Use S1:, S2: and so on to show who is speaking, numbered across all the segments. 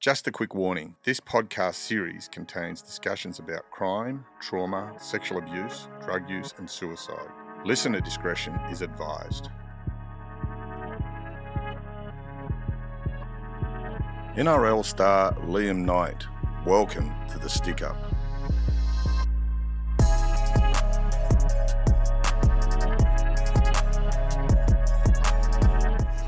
S1: Just a quick warning this podcast series contains discussions about crime, trauma, sexual abuse, drug use, and suicide. Listener discretion is advised. NRL star Liam Knight, welcome to the stick up.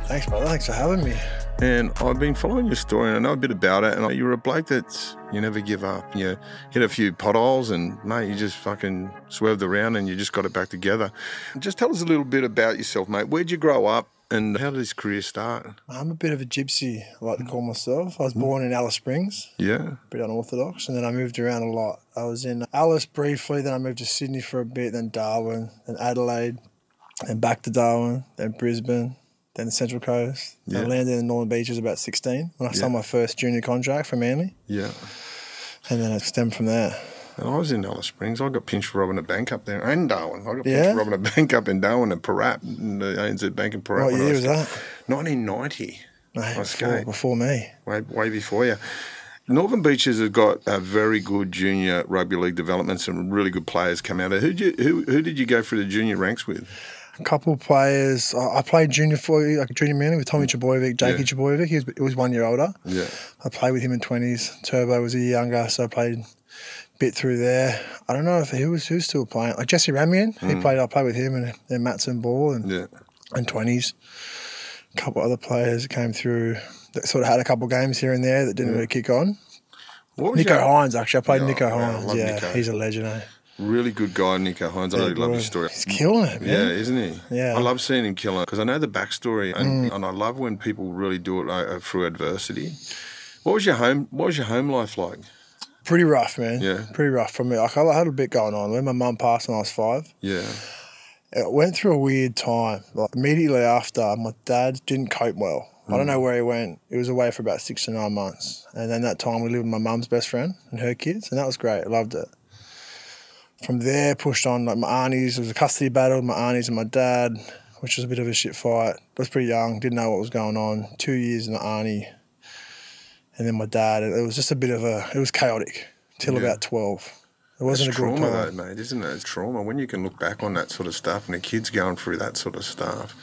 S2: Thanks, brother. Thanks for having me.
S1: And I've been following your story and I know a bit about it. And you're a bloke that's, you never give up. You hit a few potholes and, mate, you just fucking swerved around and you just got it back together. Just tell us a little bit about yourself, mate. Where'd you grow up and how did this career start?
S2: I'm a bit of a gypsy, I like to call myself. I
S1: Mm-hmm.
S2: was born in Alice Springs,
S1: Yeah.
S2: pretty unorthodox, and then I moved around a lot. I was in Alice briefly, then I moved to Sydney for a bit, then Darwin, then Adelaide, then back to Darwin, then Brisbane, then the Central Coast. Then
S1: Yeah.
S2: I landed in the Northern Beaches about 16 when I signed my first junior contract for Manly,
S1: Yeah.
S2: and then it stemmed from there.
S1: And I was in Alice Springs. I got pinched for robbing a bank up there and Darwin. I got
S2: Yeah?
S1: pinched for robbing a bank up in Darwin and Perat, in the ANZ Bank in Perat.
S2: What
S1: when I
S2: year was that?
S1: 1990.
S2: Mate, before,
S1: escaped.
S2: before me.
S1: way, way before you. Northern Beaches have got a very good junior rugby league development. Some really good players come out of. Who did you, who, who did you go through the junior ranks with?
S2: A couple of players. I I played junior for you, like junior Manly with Tommy Chaboyevic, Jakey
S1: Mm. Yeah.
S2: Chaboyevic. He was, he was one year older.
S1: Yeah,
S2: I played with him in twenties. Turbo was a year younger, so I played a bit through there. I don't know if who was who's still playing. Like Jesse Ramian,
S1: Hmm.
S2: he played. I played with him and then Matson Ball and
S1: yeah,
S2: and twenties. A couple other players came through that sort of had a couple games here and there that didn't really kick on.
S1: what was
S2: Nico
S1: your-
S2: Hines actually, I played
S1: Yeah,
S2: Nico
S1: yeah, I
S2: Hines.
S1: love
S2: Yeah,
S1: Nico.
S2: he's a legend. Eh?
S1: Really good guy, Nico Hines. I really love his story.
S2: He's killing it,
S1: Yeah, Mm.
S2: man.
S1: isn't he?
S2: Yeah.
S1: I love seeing him kill it because I know the backstory, and, and I love when people really do it uh, through adversity. What was your home? What was your home life like?
S2: Pretty rough, man.
S1: Yeah.
S2: pretty rough for me. Like I had a bit going on. When my mum passed when I was five.
S1: Yeah,
S2: it went through a weird time. Like immediately after, my dad didn't cope well. I
S1: Hmm.
S2: don't know where he went. He was away for about six to nine months, and then that time we lived with my mum's best friend and her kids, and that was great. I loved it. From there, pushed on like my aunties. It was a custody battle. with My aunties and my dad, which was a bit of a shit fight. I was pretty young, didn't know what was going on. Two years in the auntie, and then my dad. It was just a bit of a. It was chaotic till
S1: Yeah.
S2: about twelve. It wasn't
S1: it's
S2: a good
S1: trauma
S2: time.
S1: though, mate, isn't it? It's trauma when you can look back on that sort of stuff, and the kids going through that sort of stuff.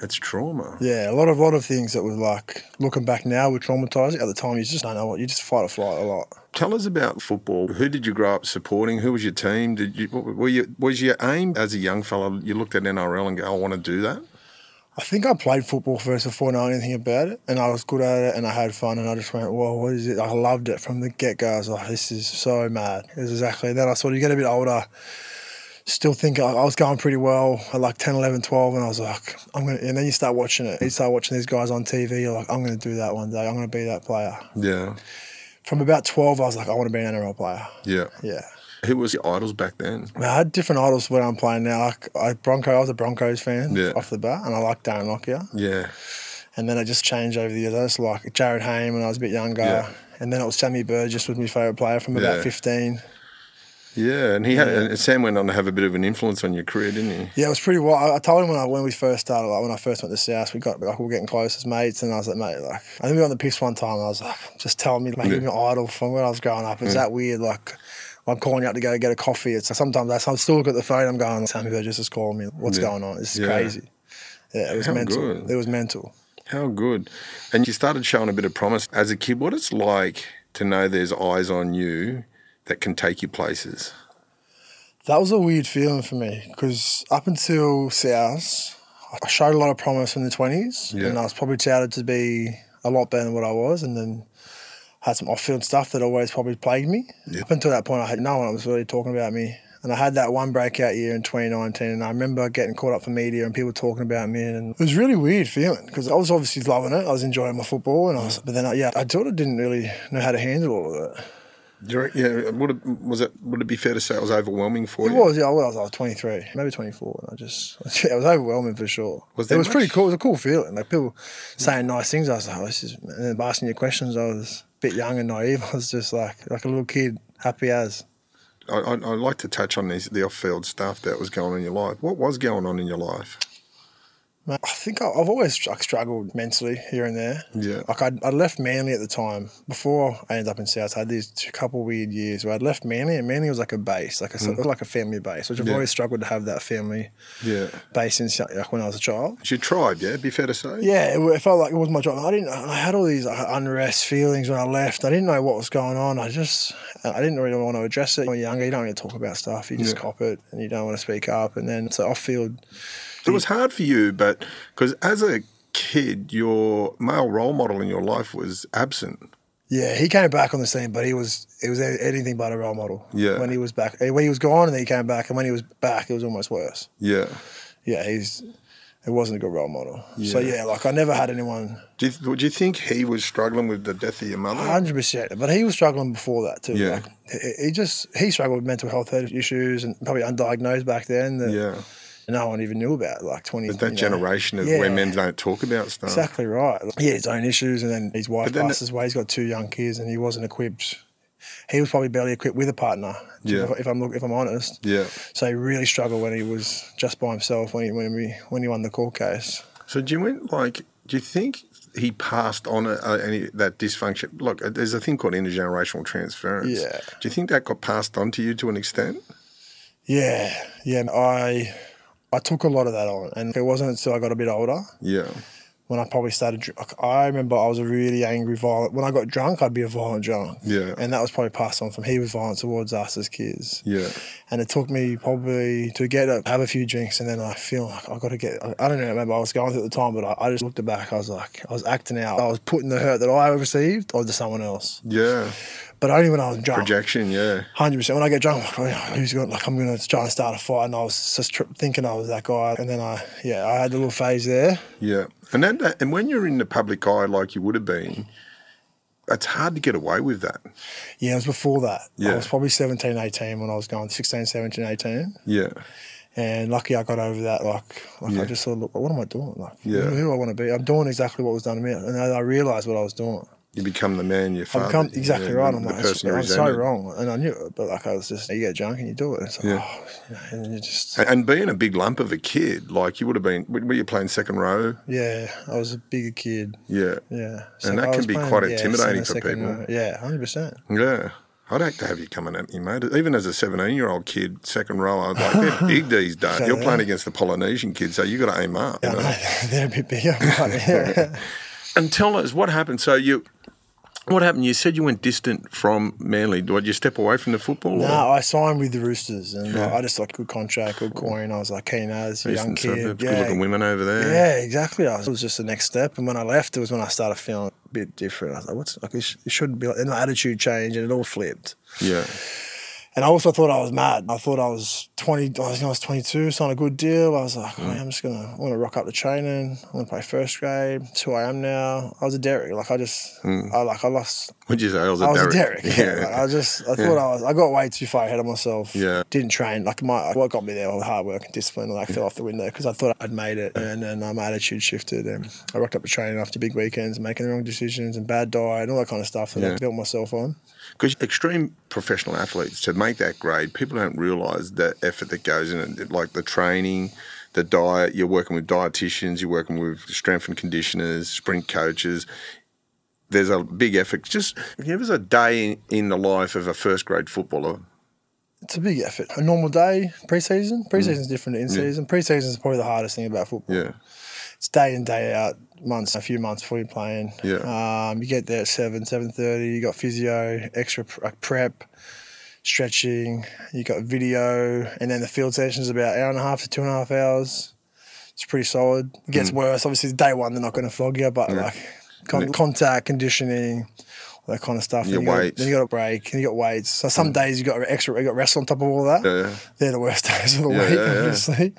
S1: It's trauma.
S2: Yeah, a lot of lot of things that were like looking back now were traumatizing. At the time, you just don't know what you just fight or flight a lot.
S1: Tell us about football. Who did you grow up supporting? Who was your team? Did you what were you was your aim as a young fella? You looked at NRL and go, I want to do that.
S2: I think I played football first before I know anything about it, and I was good at it, and I had fun, and I just went, "Whoa, what is it?" I loved it from the get go. I was like, "This is so mad." It was exactly. And then I sort of get a bit older, still think I, I was going pretty well at like 10, 11, 12, and I was like, "I'm gonna." And then you start watching it. You start watching these guys on TV. You're like, "I'm gonna do that one day. I'm gonna be that player."
S1: Yeah,
S2: From about twelve, I was like, "I want to be an NRL player."
S1: yeah.
S2: Yeah.
S1: Who was your idols back then?
S2: I had different idols when I'm playing now. Like I Bronco, I was a Broncos fan
S1: Yeah.
S2: off the bat, and I liked Darren Lockyer.
S1: Yeah,
S2: And then I just changed over the years. I just like Jared Hayne when I was a bit younger,
S1: Yeah.
S2: and then it was Sammy Burgess was my favourite player from about
S1: Yeah.
S2: 15.
S1: yeah. And he had and Sam went on to have a bit of an influence on your career, didn't he?
S2: Yeah, it was pretty wild. I, I told him when I, when we first started, like when I first went to South, we got like we were getting close as mates, and I was like, mate, like I think we were on the piss one time, and I was like, just tell me, like,
S1: Yeah.
S2: you're an idol from when I was growing up. It's that weird, like. I'm calling you up to go get a coffee. It's sometimes I I'm still look at the phone. I'm going, Sammy Burgess is calling me. What's
S1: Yeah.
S2: going on? This is
S1: Yeah.
S2: crazy. Yeah, it was
S1: How
S2: mental.
S1: good.
S2: It was mental.
S1: How good. And you started showing a bit of promise as a kid. What it's like to know there's eyes on you that can take you places.
S2: That was a weird feeling for me because up until South, I showed a lot of promise in the 20s
S1: Yeah.
S2: and I was probably touted to be a lot better than what I was. And then had some off field stuff that always probably plagued me. Up until that point, I had no one was really talking about me. And I had that one breakout year in 2019, and I remember getting caught up for media and people talking about me, and it was a really weird feeling because I was obviously loving it, I was enjoying my football, and I was, but then I, yeah, I sort of didn't really know how to handle all of it.
S1: Do you reckon- Yeah, would it, was it would it be fair to say it was overwhelming for
S2: It
S1: you?
S2: was, yeah. I was, I was 23, maybe 24, and I just, yeah, it was overwhelming for sure.
S1: Was
S2: it
S1: there
S2: was pretty
S1: much-
S2: cool. It was a cool feeling. Like people saying nice things. I was like, oh, this is, and then asking you questions. I was a bit young and naive. I was just like, like a little kid, happy as.
S1: I, I, I'd like to touch on these, the off-field stuff that was going on in your life. What was going on in your life?
S2: Mate, I think I- I've always like, struggled mentally here and there.
S1: Yeah.
S2: Like I'd, I left Manly at the time before I ended up in South. I had these two, couple weird years where I'd left Manly, and Manly was like a base, like a sort of like a family base, which I've
S1: Mm-hmm. Yeah.
S2: always struggled to have that family
S1: Yeah.
S2: base in South, like when I was a child.
S1: It's your tribe, yeah? Be fair to say?
S2: Yeah, it, wa- it felt like it was my job. I didn't. I had all these uh, unrest feelings when I left. I didn't know what was going on. I just, I didn't really want to address it. When you're younger, you don't really talk about stuff. You just
S1: Yeah.
S2: cop it, and you don't want to speak up. And then so off field,
S1: It was hard for you, but because as a kid, your male role model in your life was absent.
S2: Yeah, he came back on the scene, but he was it was a- anything but a role model.
S1: Yeah.
S2: when he was back, eh, when he was gone, and then he came back, and when he was back, it was almost worse.
S1: Yeah.
S2: Yeah, he's it wasn't a good role model. So
S1: Yeah.
S2: yeah, like I never had anyone
S1: Do you, would you think he was struggling with the death of your mother?
S2: hundred percent, but he was struggling before that too.
S1: Yeah.
S2: like, he, he just he struggled with mental health issues and probably undiagnosed back then that
S1: yeah.
S2: no one even knew about. Like twenty,
S1: But that
S2: you know.
S1: generation of where
S2: Yeah.
S1: men don't talk about stuff.
S2: Exactly right. He had his own issues, and then his wife
S1: But then-
S2: passes away. He's got two young kids, and he wasn't equipped. He was probably barely equipped with a partner.
S1: Yeah.
S2: If, if I'm look, if I'm honest,
S1: Yeah.
S2: so he really struggled when he was just by himself when he when we when he won the court case.
S1: So do you went like? Do you think he passed on a, a, any that dysfunction? Look, uh, there's a thing called intergenerational transference.
S2: Yeah.
S1: Do you think that got passed on to you to an extent?
S2: Yeah, yeah. I I took a lot of that on, and it wasn't until I got a bit older
S1: Yeah.
S2: when I probably started. dr- like, I remember I was a really angry, violent. When I got drunk, I'd be a violent drunk.
S1: Yeah.
S2: And that was probably passed on from he was violent towards us as kids.
S1: Yeah.
S2: and it took me probably to get up, have a few drinks, and then I feel like I got to get. I, I don't know, maybe I was going through at the time, but I, I just looked back. I was like, I was acting out. I was putting the hurt that I received onto someone else,
S1: Yeah.
S2: but only when I was drunk.
S1: Projection. Yeah.
S2: Hundred percent. When I get drunk, I'm like, oh, who's going? Like, I'm going to try and start a fight, and I was just tr- thinking I was that guy, and then I, yeah, I had the little phase there.
S1: Yeah. And that, that- and when you're in the public eye like you would have been, it's hard to get away with that.
S2: Yeah, it was before that.
S1: Yeah.
S2: I was probably 17, 18 when I was going 16, 17, 18.
S1: Yeah.
S2: And lucky I got over that. Like, like
S1: Yeah.
S2: I just thought, look, what am I doing? Like,
S1: Yeah.
S2: who, who do I want to be? I'm doing exactly what was done to me. And I, I realized what I was doing.
S1: You become the man you
S2: I
S1: father.
S2: become exactly
S1: yeah,
S2: right.
S1: the-
S2: I'm
S1: the
S2: like,
S1: person you
S2: I'm so
S1: resented.
S2: wrong. And I knew it, but like, I was just, you get drunk and you do it. It's like,
S1: Yeah.
S2: oh, you know, and you just,
S1: And- And being a big lump of a kid, like you would have been, were you playing second row?
S2: yeah, I was a bigger kid.
S1: Yeah.
S2: Yeah.
S1: And that
S2: I
S1: can
S2: was
S1: be quite
S2: yeah,
S1: intimidating
S2: center,
S1: for
S2: second,
S1: people.
S2: uh, Yeah, 100%.
S1: Yeah. I'd hate to have you coming at me, mate. Even as a 17 year old kid, second rower, like they're big these days.
S2: So
S1: You're
S2: they
S1: playing against the Polynesian kids, so you got to aim up. you
S2: I
S1: know?
S2: know, they're a bit bigger. But yeah.
S1: And tell us what happened. So you, what happened? You said you went distant from Manly. Did you step away from the football?
S2: No,
S1: or-
S2: I signed with the Roosters, and like, I just like good contract, good coin. I was like keen as a young
S1: Eastern
S2: kid.
S1: suburbs,
S2: Yeah,
S1: good looking women over there.
S2: yeah, exactly. I was, it was just the next step, and when I left, it was when I started feeling a bit different. I was like, "What's like? It, sh- it shouldn't be." Like, and the attitude changed, and it all flipped.
S1: Yeah.
S2: And I also thought I was mad. I thought I was twenty. I think I was twenty-two. Signed a good deal. I was like,
S1: Mm.
S2: "Man, I'm just gonna, I want to rock up the training. I want to play first grade. It's who I am now. I was a Derek. Like I just,
S1: Mm.
S2: I like I lost.
S1: What'd you say? I was a
S2: I was
S1: Derek.
S2: a Derek. Yeah,
S1: Yeah.
S2: like, I just I thought I was I got way too far ahead of myself.
S1: Yeah.
S2: didn't train like my what got me there all the hard work and discipline like fell off the window because I thought I'd made it and then uh, my attitude shifted and I rocked up the training after big weekends making the wrong decisions and bad diet and all that kind of stuff that
S1: Yeah.
S2: I built myself on.
S1: Because extreme professional athletes, to make that grade, people don't realise the effort that goes in it, like the training, the diet. You're working with dietitians, you're working with strength and conditioners, sprint coaches. There's a big effort. Just give us a day in, in the life of a first grade footballer.
S2: It's a big effort. A normal day, preseason.
S1: Mm.
S2: Preseason's different to in season. Preseason is probably the hardest thing about football.
S1: Yeah,
S2: It's day in day out, months, a few months before you're playing.
S1: Yeah.
S2: Um, you get there at seven, seven thirty. You got physio, extra pr- like prep, stretching. You got video, and then the field session's about hour and a half to two and a half hours. It's pretty solid. It gets
S1: Mm.
S2: worse. Obviously, day one they're not going to flog you, but like con- contact conditioning. all That kind of stuff.
S1: Your
S2: then you got-
S1: weights. Mm.
S2: then you got a break, and you got weights. So some days you got extra, you got wrestle on top of all that.
S1: Yeah.
S2: They're the worst days of the
S1: Yeah,
S2: week,
S1: yeah, yeah.
S2: obviously.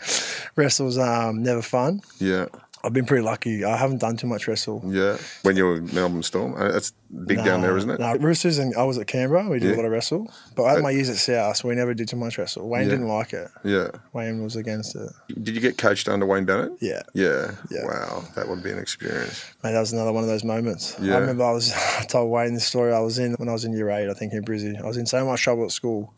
S2: Wrestle's um, never fun.
S1: yeah,
S2: I've been pretty lucky. I haven't done too much wrestle.
S1: yeah. When you're with Melbourne Storm, uh, that's big down there, isn't it?
S2: No, Roosters and I was at Canberra. We
S1: Yeah.
S2: did
S1: Uh,
S2: a lot of wrestle, but at my years at South, we never did too much wrestle. Wayne
S1: Yeah.
S2: didn't like it.
S1: Yeah.
S2: Wayne was against it.
S1: Did you get coached under Wayne Bennett?
S2: Yeah.
S1: Yeah.
S2: Yeah.
S1: Wow, that would be an experience.
S2: Mate, that was another one of those moments.
S1: Yeah.
S2: I remember I was I told Wayne this story I was in when I was in year eight, I think in Brizzy. I was in so much trouble at school.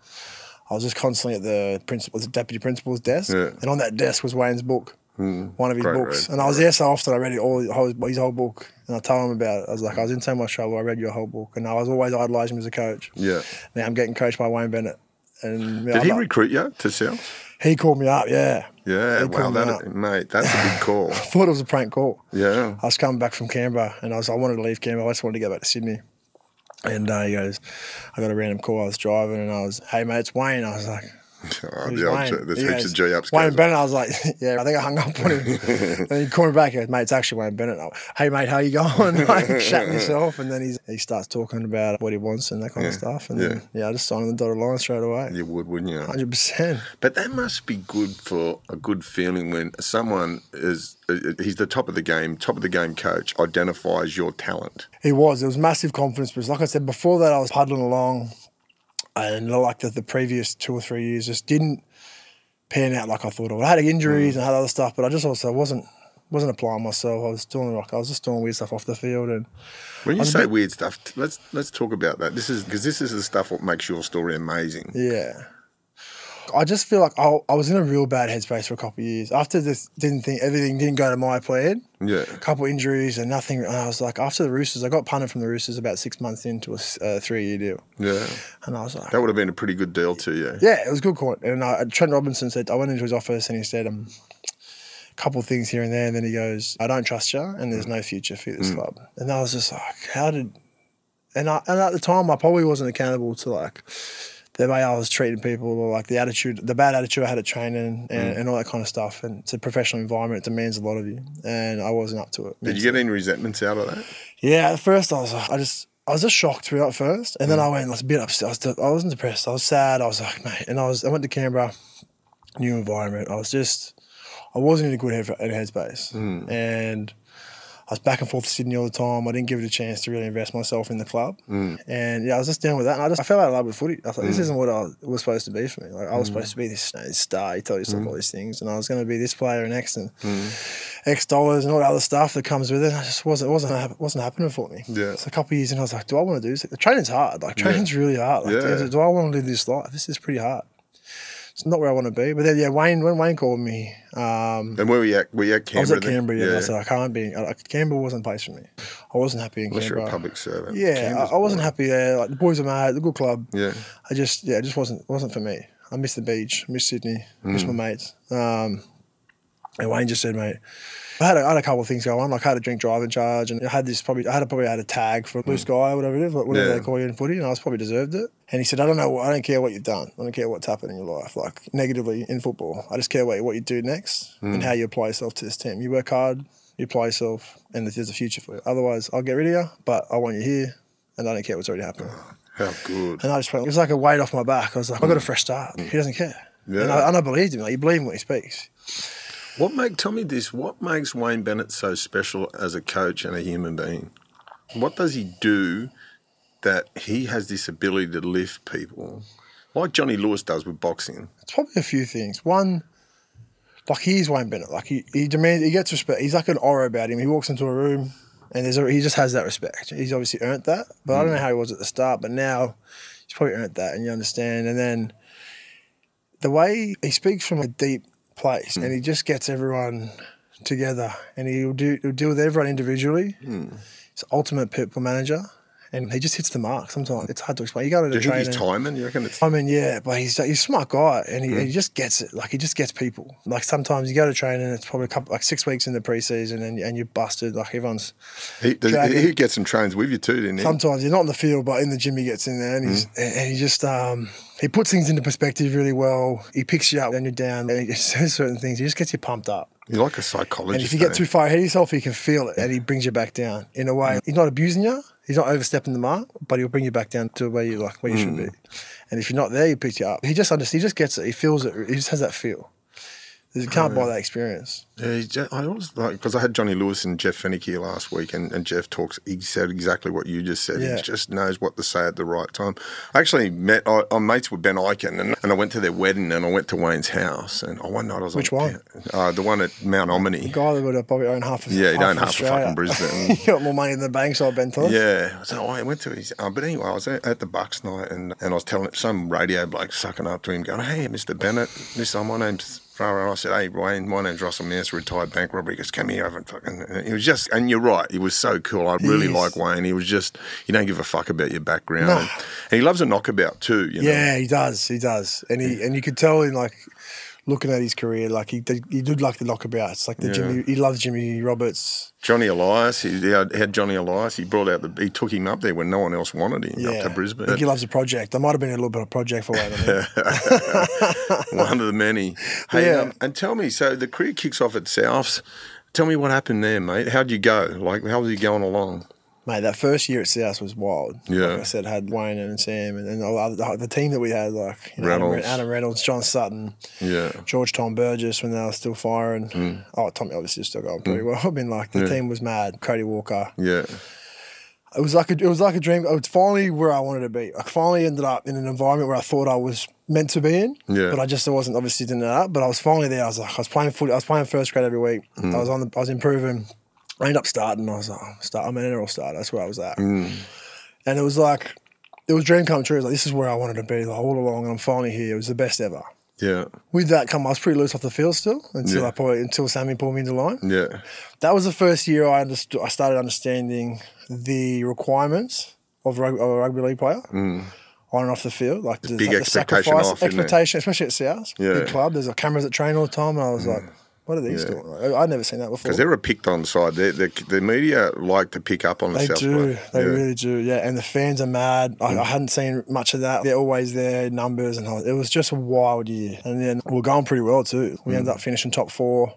S2: I was just constantly at the principal, the deputy principal's desk,
S1: Yeah. Mm.
S2: and on that desk was Wayne's book.
S1: Hmm.
S2: one of his
S1: Great
S2: books.
S1: read,
S2: and I was there so often, I read it all his, his whole book. And I told him about it. I was like, I was in so much trouble. I read your whole book, and I was always idolizing him as a coach.
S1: Yeah.
S2: Now I'm getting coached by Wayne Bennett. And
S1: Did he
S2: I'm like-
S1: recruit you to South?
S2: he called me up. Yeah,
S1: Yeah.
S2: He
S1: Wow,
S2: called me
S1: that, mate, that's a big call.
S2: I thought it was a prank call.
S1: Yeah.
S2: I was coming back from Canberra, and I was I wanted to leave Canberra. I just wanted to go back to Sydney. And uh, he goes, I got a random call. I was driving, and I was, hey mate, it's Wayne. I was like,
S1: Oh,
S2: Who's
S1: the old,
S2: Wayne?
S1: G- there's
S2: He
S1: heaps
S2: goes,
S1: of G ups.
S2: Wayne Bennett. I was like, yeah, I think I hung up on him. and he called me back. He goes, mate, it's actually Wayne Bennett. I'm, hey, mate, how you going? I shat myself. And then he's, he starts talking about what he wants and that kind of
S1: Yeah,
S2: stuff. And
S1: yeah.
S2: then, yeah, I just signed on the dotted line straight away.
S1: You would, wouldn't you?
S2: 100%.
S1: But that must be good for a good feeling when someone is, uh, he's the top of the game, top of the game coach, identifies your talent.
S2: He was. It was massive confidence because, like I said before, that I was puddling along, and like the, the previous two or three years just didn't pan out like I thought it would. I had injuries and I had other stuff, but I just also wasn't wasn't applying myself. I was doing like I was just doing weird stuff off the field, and
S1: When you say weird stuff, t- let's let's talk about that. This is because this is the stuff what makes your story amazing.
S2: yeah. I just feel like I, I was in a real bad headspace for a couple of years. After this, didn't think everything didn't go to my plan.
S1: Yeah,
S2: couple injuries and nothing. And I was like, after the Roosters, I got punted from the Roosters about six months into a s- uh, three year deal,
S1: yeah.
S2: and I was like,
S1: That would have been a pretty good deal to you.
S2: Yeah, it was good court. And uh, Trent Robinson said, I went into his office and he said, um, a couple of things here and there. And then he goes, I don't trust you and there's no future for this club. And I was just like, how did. And, I, and at the time, I probably wasn't accountable to like the way I was treating people or like the attitude, the bad attitude I had at training and, and all that kind of stuff. And it's a professional environment, it demands a lot of you. And I wasn't up to it.
S1: Did you get any resentments out of that?
S2: Yeah, at first I was like, I just, I was just shocked really at first, and then I went, I was a bit upset. I, was, de- I wasn't depressed. I was sad. I was like, mate, and I was, I went to Canberra, new environment. I was just, I wasn't in a good head, in headspace, and I was back and forth to Sydney all the time. I didn't give it a chance to really invest myself in the club, and yeah, I was just down with that. And I just, I fell out of love with footy. I thought this isn't what I was, was supposed to be for me. Like I was supposed to be this, you know, this star. You tell yourself all these things, and I was going to be this player and X and X dollars and all the other stuff that comes with it. I just wasn't it wasn't hap- wasn't happening for me.
S1: Yeah.
S2: It's a couple of years and I was like, do I want to do this? The training's hard. Like training's really hard. Like,
S1: Yeah.
S2: do, do I want to live this life? This is pretty hard. It's not where I want to be. But then yeah, Wayne when Wayne called me, um,
S1: And where were you at? Were you at
S2: I was
S1: Canberra?
S2: at
S1: then?
S2: Canberra yeah. and I said I can't be. I, like, Canberra wasn't a place for me. I wasn't happy in
S1: Unless you're a
S2: Canberra.
S1: public servant.
S2: Yeah,
S1: Canberra's
S2: I, I wasn't
S1: boring.
S2: happy there. Like the boys are mad. The good club.
S1: Yeah,
S2: I just yeah, it just wasn't wasn't for me. I missed the beach, missed Sydney, missed my mates. Um, and Wayne just said, mate, I had a, I had a couple of things go on. Like I had a drink driving charge, and I had this probably I had a, probably had a tag for a blue sky or whatever it is, like, whatever
S1: Yeah.
S2: they call you in footy, and I was probably deserved it. And he said, I don't know, I don't care what you've done, I don't care what's happened in your life, like negatively in football. I just care what what you do next and how you apply yourself to this team. You work hard, you apply yourself, and there's a future for you. Otherwise, I'll get rid of you, but I want you here, and I don't care what's already happened.
S1: how good.
S2: And I just went, it was like a weight off my back. I was like, I've got a fresh start. He doesn't care.
S1: Yeah.
S2: And, I, and I believed him. Like, you believe him when he speaks.
S1: What make? Tell me this. What makes Wayne Bennett so special as a coach and a human being? What does he do that he has this ability to lift people, like Johnny Lewis does with boxing?
S2: It's probably a few things. One, like he's Wayne Bennett. Like he, he demands, he gets respect. He's like an aura about him. He walks into a room and there's a, he just has that respect. He's obviously earned that. But I don't
S1: Mm.
S2: know how he was at the start, but now he's probably earned that and you understand. And then the way he speaks from a deep place and he just gets everyone together and he'll do he'll deal with everyone individually.
S1: Mm.
S2: He's the ultimate people manager and he just hits the mark sometimes. It's hard to explain. You go to the
S1: Do you think
S2: training.
S1: he's timing? You reckon it's
S2: I mean, yeah, but he's he's a smart guy, and he, he just gets it. Like he just gets people. Like sometimes you go to training, it's probably a couple, like six weeks in the preseason, and and you're busted. Like everyone's
S1: He, does,
S2: Dragon.
S1: he gets some trains with you too, didn't he?
S2: sometimes you're not in the field, but in the gym he gets in there, and he's and and he just um he puts things into perspective really well. He picks you up when you're down, and he just says certain things. He just gets you pumped up.
S1: You're like a psychologist.
S2: And if you get
S1: eh?
S2: too far ahead of yourself, he can feel it, and he brings you back down in a way. He's not abusing you. He's not overstepping the mark, but he'll bring you back down to where you like where you should
S1: Mm.
S2: be. And if you're not there, he picks you up. He just understands. He just gets it. He feels it. He just has that feel. You can't buy that experience.
S1: Yeah, he's ju- I always like because I had Johnny Lewis and Jeff Fennick here last week, and, and Jeff talks. He said exactly what you just said.
S2: Yeah.
S1: He just knows what to say at the right time. I actually met. I, I'm mates with Ben Eichen, and, and I went to their wedding, and I went to Wayne's house, and oh, one night I was
S2: Which
S1: on,
S2: one?
S1: Uh, the one at Mount Omni.
S2: Guy that would have probably owned half of
S1: Yeah, he
S2: half
S1: don't
S2: of
S1: half of
S2: Australia.
S1: fucking Brisbane.
S2: you got more money than the banks, I've been told.
S1: Yeah, so I went to his. Uh, but anyway, I was at, at the Bucks night, and, and I was telling some radio bloke sucking up to him, going, "Hey, Mr. Bennett, Miss, my name's brother. And I said, hey, Wayne, my name's Russell Mears, retired bank robber. He goes, come here, I haven't fucking. And he was just, and you're right, he was so cool. I really
S2: is.
S1: like Wayne. He was just, you don't give a fuck about your background.
S2: No.
S1: And, and he loves a knockabout too, you know.
S2: Yeah, he does. He does, and he and you could tell in like looking at his career, like he did, he did like the knockabouts, like the
S1: Yeah.
S2: Jimmy. He loves Jimmy Roberts.
S1: Johnny Elias, he he had had Johnny Elias. He brought out the, he took him up there when no one else wanted him
S2: Yeah,
S1: up to Brisbane.
S2: I think he loves a project. That might have been a little bit of project for Wayne. I think.
S1: one of the many. Hey,
S2: Yeah.
S1: um, and tell me, so the career kicks off at Souths. Tell me what happened there, mate. How'd you go? Like, how was you going along?
S2: Mate, that first year at South was wild.
S1: Yeah.
S2: like I said had Wayne and Sam, and then all the, other- the team that we had, like you know,
S1: Reynolds.
S2: Adam, Adam Reynolds, John Sutton,
S1: Yeah,
S2: George Tom Burgess when they were still firing. Oh, Tommy obviously was still going pretty well. I mean, like the
S1: Mm. Yeah.
S2: team was mad. Cody Walker.
S1: yeah,
S2: It was like a, it was like a dream. It's finally where I wanted to be. I finally ended up in an environment where I thought I was meant to be in.
S1: Yeah.
S2: But I just I wasn't obviously doing that. But I was finally there. I was like I was playing footy. I was playing first grade every week.
S1: Mm.
S2: I was on the, I was improving. I ended up starting. I was like, I'm, start, I'm an NRL starter. That's where I was at.
S1: Mm.
S2: And it was like it was a dream come true. It was like this is where I wanted to be like, all along, and I'm finally here. It was the best ever
S1: yeah,
S2: with that come, I was pretty loose off the field still until
S1: Yeah.
S2: I probably, until Sammy pulled me into line.
S1: yeah,
S2: That was the first year I understood. I started understanding the requirements of, rug, of a rugby league player on and off the field, like the,
S1: Mm. big
S2: like the
S1: expectation
S2: sacrifice,
S1: off, isn't it?
S2: expectation, especially at South,
S1: Yeah. Mm.
S2: big club. There's like cameras that train all the time, and I was like, "What are these
S1: Yeah.
S2: doing?" Like, I- I'd never seen that before.
S1: because they're a picked on side. They're, they the media like to pick up on the
S2: They
S1: South
S2: do.
S1: Blood.
S2: They
S1: yeah. Mm.
S2: really do. Yeah, and the fans are mad. I, I hadn't seen much of that. They're always there, numbers, and all. it was just a wild year. And then we we're going pretty well too. We
S1: Mm.
S2: ended up finishing top four,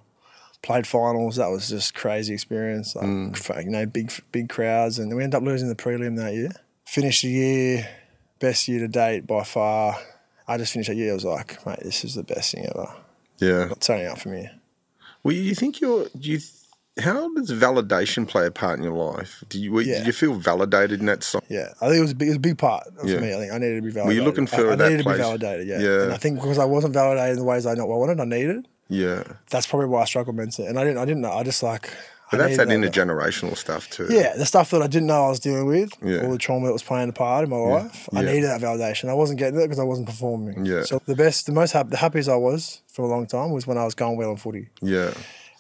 S2: played finals. That was just crazy experience. Like,
S1: Mm.
S2: f- You know, big big crowds, and we ended up losing the prelim that year. Finished the year, best year to date by far. I just finished that year. I was like, mate, this is the best thing ever.
S1: yeah.
S2: Turning out for me.
S1: Well, you think you're do you. How does validation play a part in your life? Do you were,
S2: Yeah.
S1: did you feel validated in that? So-
S2: Yeah, I think it was a big, it was a big part of
S1: Yeah.
S2: me. I think I needed to be validated.
S1: Were you looking for
S2: I, I
S1: that
S2: needed
S1: place?
S2: to be validated. Yeah.
S1: Yeah.
S2: and I think because I wasn't validated in the ways I know I wanted, I needed.
S1: yeah,
S2: That's probably why I struggled mentally, and I didn't. I didn't know. I just like.
S1: but
S2: I
S1: that's that
S2: needed
S1: intergenerational stuff too.
S2: Yeah, the stuff that I didn't know I was dealing with,
S1: Yeah.
S2: all the trauma that was playing a part in my life. I
S1: Yeah.
S2: needed that validation. I wasn't getting it because I wasn't performing.
S1: Yeah.
S2: So the best, the most, hap- the happiest I was for a long time was when I was going well on footy,
S1: yeah,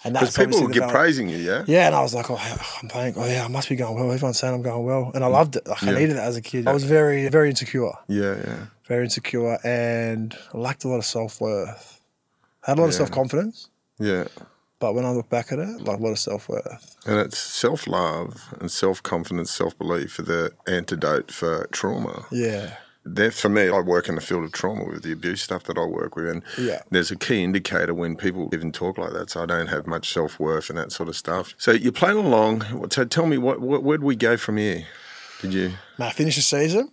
S2: and
S1: because
S2: that's
S1: people
S2: obviously
S1: will
S2: the
S1: get
S2: valid-
S1: praising you. Yeah,
S2: yeah, and I was like, oh, I'm playing. Oh yeah, I must be going well. Everyone's saying I'm going well, and I loved it. Like,
S1: Yeah.
S2: I needed that as a kid. I was very, very insecure,
S1: yeah, yeah.
S2: very insecure, and I lacked a lot of self worth. I had a lot of
S1: Yeah.
S2: self confidence,
S1: yeah.
S2: but when I look back at it, like a lot of self worth.
S1: And it's self love and self confidence, self belief are the antidote for trauma.
S2: Yeah,
S1: That for me, I work in the field of trauma with the abuse stuff that I work with, and
S2: Yeah.
S1: there's a key indicator when people even talk like that. So I don't have much self worth and that sort of stuff. So you're playing along. So tell me, what, what where do we go from here? Did you?
S2: Man, I finished the season.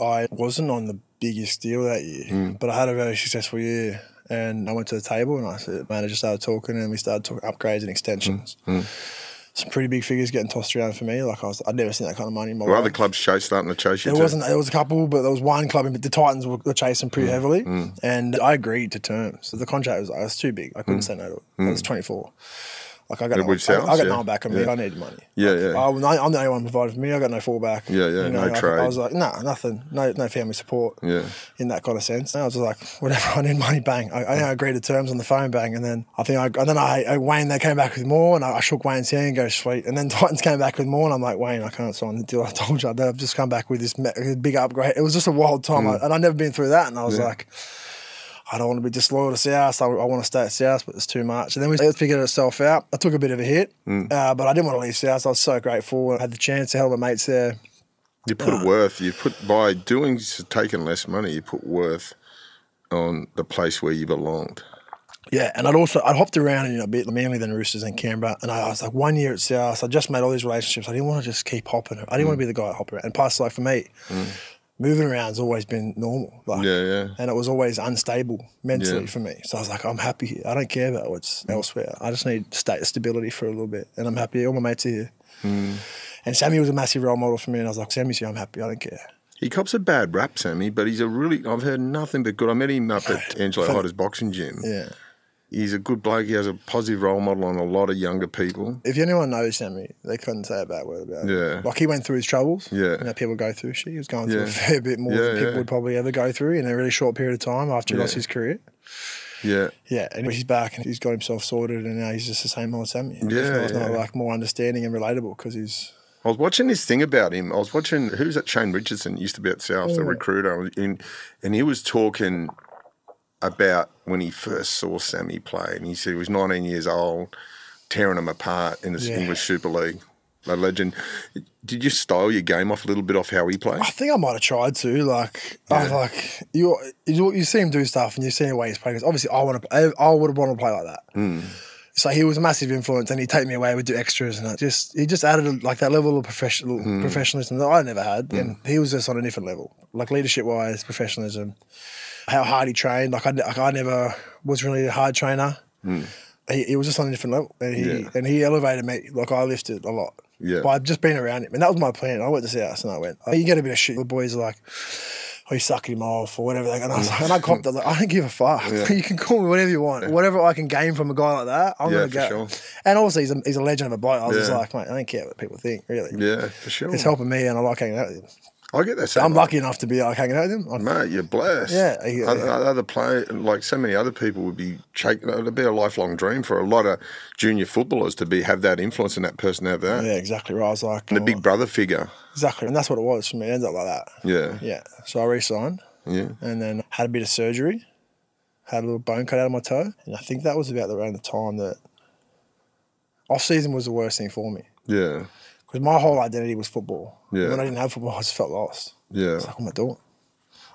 S2: I wasn't on the biggest deal that year, but I had a very successful year. And I went to the table and I said, manager started talking and we started talking upgrades and extensions. Some pretty big figures getting tossed around for me. Like I was, I'd never seen that kind of money in my
S1: Were
S2: life.
S1: other clubs chase starting to chase you?
S2: There
S1: too?
S2: wasn't. There was a couple, but there was one club. in- The Titans were were chasing
S1: Mm.
S2: pretty heavily, and I agreed to terms. The contract was, I was too big. I couldn't say no to it. I was twenty four. Like I got,
S1: Mm. Yeah,
S2: no,
S1: with
S2: I, I
S1: Souths,
S2: got
S1: yeah.
S2: no one back on me.
S1: Yeah.
S2: I needed money.
S1: Yeah,
S2: Like,
S1: yeah.
S2: I, am the only one provided for me. I got no fallback.
S1: Yeah, yeah, no
S2: like,
S1: trade.
S2: I was like, nah, nothing. No, no family support.
S1: Yeah.
S2: In that kind of sense, and I was just like, whatever. I need money. Bang. I, I agreed to terms on the phone. Bang. And then I think I, and then I, I Wayne. They came back with more, and I, I shook Wayne's hand. and Go sweet. And then Titans came back with more, and I'm like, Wayne, I can't sign the deal. I told you that I've just come back with this me- big upgrade. It was just a wild time, I- and I'd never been through that. And I was like. I don't want to be disloyal to South. I, I want to stay at South, but it's too much. And then we it figured itself out. I took a bit of a hit, uh, but I didn't want to leave South. I was so grateful. I had the chance to help my mates there.
S1: You put a worth. You put by doing taking less money. You put worth on the place where you belonged.
S2: Yeah, and I'd also I'd hopped around you know, a bit mainly then Roosters and Canberra, and I, I was like one year at South. I just made all these relationships. I didn't want to just keep hopping. I didn't
S1: Mm.
S2: want to be the guy hopping around. And plus, like for me, moving around's always been normal. Like,
S1: Yeah, yeah.
S2: and it was always unstable mentally
S1: Yeah. Mm.
S2: for me. So I was like, I'm happy here. I don't care about what's elsewhere. I just need state stability for a little bit, and I'm happy. All my mates are here.
S1: Mm.
S2: And Sammy was a massive role model for me, and I was like, Sammy's here. I'm happy. I don't care.
S1: He cops a bad rap, Sammy, but he's a really, I've heard nothing but good. I met him up at Angelo Hyder's boxing gym.
S2: Yeah.
S1: He's a good bloke. He has a positive role model on a lot of younger people.
S2: if anyone knows Sammy, they couldn't say a bad word about
S1: Yeah.
S2: it. Like he went through his troubles.
S1: Yeah.
S2: You know, people go through shit. He was going through
S1: Yeah.
S2: a fair bit more
S1: Yeah,
S2: than people
S1: yeah.
S2: would probably ever go through in a really short period of time after he
S1: Yeah.
S2: lost his career.
S1: Yeah.
S2: Yeah, and he's back and he's got himself sorted, and now he's just the same old Sammy. And
S1: Yeah,
S2: it's not, it's not
S1: yeah.
S2: like more understanding and relatable because he's
S1: I was watching this thing about him. I was watching who's that? Shane Richardson used to be at South, the recruiter, and, and he was talking about when he first saw Sammy play, and he said he was 19 years old, tearing him apart in the
S2: Yeah.
S1: English Super League. A legend. Did you style your game off a little bit off how he played?
S2: I think I might have tried to. Like, I was
S1: Yeah.
S2: like, you, you you see him do stuff and you see the way he's playing. 'Cause obviously, I want to, I, I would want to play like that.
S1: Hmm.
S2: So he was a massive influence, and he'd take me away. We'd do extras, and it just he just added like that level of professional
S1: Hmm.
S2: professionalism that I never had, and he was just on a different level, like leadership wise, professionalism, how hard he trained. Like I, ne- like I never was really a hard trainer. He, he was just on a different level, and he
S1: Hmm. Yeah.
S2: and he elevated me. Like I lifted a lot.
S1: Yeah.
S2: By just being around him. And that was my plan. I went to see house and I went, oh, you get a bit of shit. The boys are like, oh, you suck him off or whatever. And I was like, and I copped it. Like, I don't give a fuck.
S1: Yeah.
S2: you can call me whatever you want. Whatever I can gain from a guy like that, I'm
S1: Yeah,
S2: going to go.
S1: for sure.
S2: And obviously, he's a, he's a legend of a bloke. I was just
S1: Yeah.
S2: like, mate, I don't care what people think, really.
S1: Yeah, for sure.
S2: It's helping me and I like hanging out with him.
S1: I get that.
S2: I'm
S1: same-
S2: lucky enough to be like hanging out with him. I'm-
S1: Mate, you're blessed.
S2: Yeah, yeah,
S1: Other,
S2: yeah.
S1: other play like so many other people would be shaking. It'd be a lifelong dream for a lot of junior footballers to be have that influence and that person to have that.
S2: yeah, exactly right. I was like,
S1: The
S2: oh,
S1: big brother figure.
S2: exactly. And that's what it was for me. It ended up like that.
S1: Yeah.
S2: Yeah. So I re signed.
S1: Yeah.
S2: and then had a bit of surgery, had a little bone cut out of my toe, and I think that was about around the time that off season was the worst thing for me
S1: Yeah.
S2: because my whole identity was football.
S1: Yeah.
S2: When I didn't have football, I just felt lost.
S1: Yeah.
S2: It's like, what am I doing?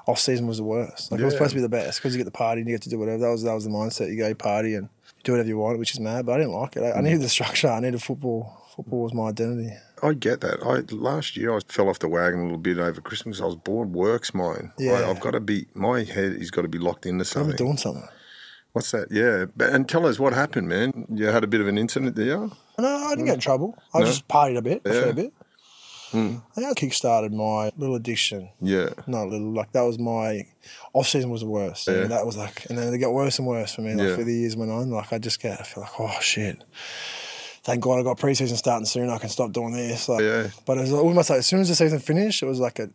S2: Off season was the worst. Like it was
S1: Yeah.
S2: supposed to be the best because you get to party and you get to do whatever. That was that was the mindset. You go you party and do whatever you want, which is mad. But I didn't like it. I, I needed the structure. I needed football. Football was my identity.
S1: Mm. I get that. I last year I fell off the wagon a little bit over Christmas. I was bored. Work's mine.
S2: Yeah.
S1: I, I've got to be. My head has got to be locked into
S2: I'm
S1: something.
S2: doing something.
S1: What's that? Yeah. But, and tell us what happened, man. You had a bit of an incident there.
S2: No, I didn't get in trouble.
S1: Mm.
S2: I
S1: No?
S2: just partied a bit, a
S1: Yeah. Hmm.
S2: fair bit. I think I kickstarted my little addiction.
S1: Yeah.
S2: No, little like that was my off season was the worst. And
S1: Yeah.
S2: that was like, and then it got worse and worse for me. Like
S1: Yeah.
S2: for the years went on, like I just get, I feel like, oh shit. Thank God I got preseason starting soon. I can stop doing this. Like,
S1: Yeah.
S2: But it was almost like as soon as the season finished, it was like a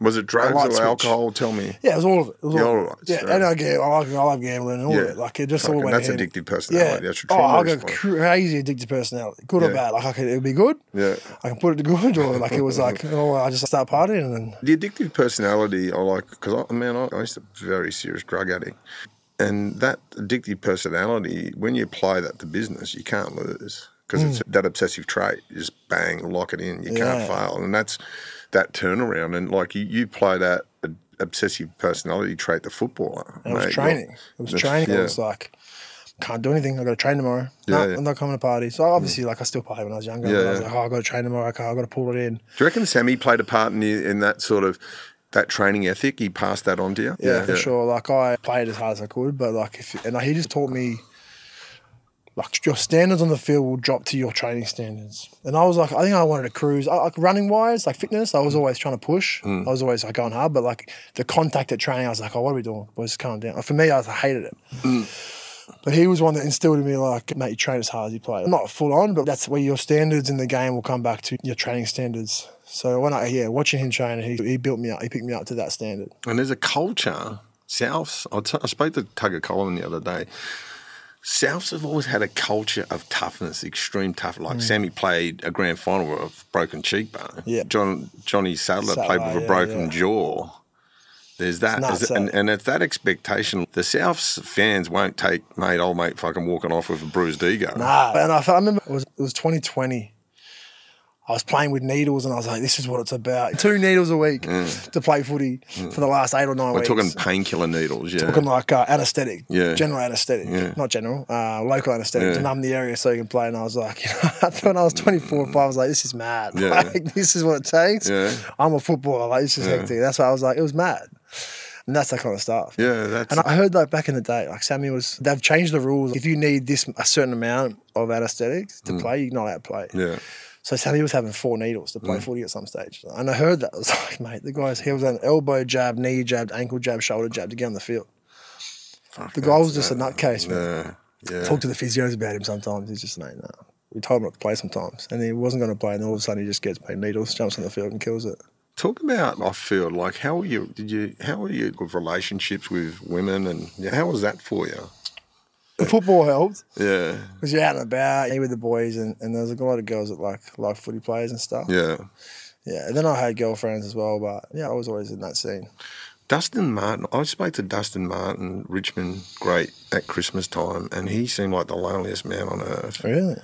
S1: Was it drugs or
S2: light switch.
S1: alcohol? Tell me.
S2: yeah, it was all of it. it was
S1: Yeah,
S2: all-
S1: all right,
S2: yeah,
S1: so-
S2: and I get, I like, I love gambling and all
S1: Yeah.
S2: of it. Like it just all
S1: Fucking-
S2: went.
S1: that's
S2: hand-
S1: addictive personality. That's a
S2: oh,
S1: trauma
S2: I got
S1: response.
S2: crazy addictive personality, good
S1: Yeah.
S2: or bad. Like I could, it would be good.
S1: Yeah.
S2: I can put it to good, or like it was like, oh, I just start partying and
S1: The addictive personality, I like because I man, I, I used to be a very serious drug addict, and that addictive personality, when you apply that to business, you can't lose because it's that obsessive trait. You just bang, lock it in. You
S2: Mm. Yeah.
S1: can't fail, and that's that turnaround. And like you, you apply that uh, obsessive personality trait to footballer.
S2: And it
S1: mate,
S2: was training.
S1: you're-
S2: It was
S1: that's-
S2: training.
S1: yeah.
S2: I was like, can't do anything. I got to train tomorrow.
S1: Yeah,
S2: no,
S1: yeah. Mm.
S2: I'm not coming to party. So obviously, like, I still party when I was younger.
S1: Yeah,
S2: but I was
S1: yeah.
S2: like, oh, I got to train tomorrow. Okay, I got to pull it in.
S1: Do you reckon Sammy played a part in, the- in that sort of that training ethic? He passed that on to you.
S2: Yeah, for sure. Like, I played as hard as I could, but like, if and like, he just taught me. Like your standards on the field will drop to your training standards, and I was like, I think I wanted to cruise. I, like running wise, like fitness, I was always trying to push. I was always like going hard, but like the contact at training, I was like, oh, what are we doing? Boys, calm down. Like, for me, I, was, I hated it. But he was one that instilled in me, like, mate, you train as hard as you play. Not full on, but that's where your standards in the game will come back to your training standards. So when I, yeah, watching him train, he, he built me up. He picked me up to that standard.
S1: And there's a culture. Souths, I t- I spoke to Tugger Collin the other day. Souths have always had a culture of toughness, extreme tough. Like Sammy played a grand final with a broken cheekbone.
S2: Mm. Yeah.
S1: John Johnny Sadler,
S2: Sadler,
S1: played with a
S2: yeah,
S1: broken
S2: yeah.
S1: jaw. There's that,
S2: nuts,
S1: Is- and,
S2: eh?
S1: and it's that expectation. The Souths fans won't take mate, old mate, fucking walking off with a bruised ego.
S2: Nah. And I, felt- I remember it was, it was 2020. I was playing with needles and I was like, this is what it's about. Two needles a week to play footy for the last eight or 9
S1: We're
S2: weeks.
S1: talking painkiller needles, yeah.
S2: Talking like uh, anesthetic,
S1: Yeah.
S2: general anesthetic,
S1: Yeah.
S2: not general, uh, local anesthetic to
S1: Yeah.
S2: numb the area so you can play. And I was like, you know, when I was 24 or 5, I was like, this is mad.
S1: Yeah.
S2: Like, this is what it takes.
S1: Yeah.
S2: I'm a footballer. Like, this is hectic. That's why I was like, it was mad. And that's that kind of stuff.
S1: yeah, that's
S2: And I heard like back in the day, like Sammy was, they've changed the rules. If you need this, a certain amount of anesthetics to play, you're not out play.
S1: Mm. yeah. Mm.
S2: So Sammy was having four needles to play footy at some stage. And I heard that. I was like, mate, the guy's, he was an elbow jab, knee jab, ankle jab, shoulder jab to get on the field. the guy was just a nutcase, man.
S1: Yeah. Yeah.
S2: Talk to the physios about him sometimes. He's just like, no. We told him not to play sometimes. And he wasn't going to play. And all of a sudden, he just gets paid needles, jumps on the field and kills it.
S1: Talk about I feel like how were you did you how were you with relationships with women and yeah, how was that for you?
S2: football helped
S1: Yeah.
S2: because you're out and about, you're with the boys, and, and there's a lot of girls that like like footy players and stuff.
S1: Yeah.
S2: Yeah, and then I had girlfriends as well, but yeah, I was always in that scene.
S1: Dustin Martin, I spoke to Dustin Martin, Richmond great, at Christmas time, and he seemed like the loneliest man on earth.
S2: Really?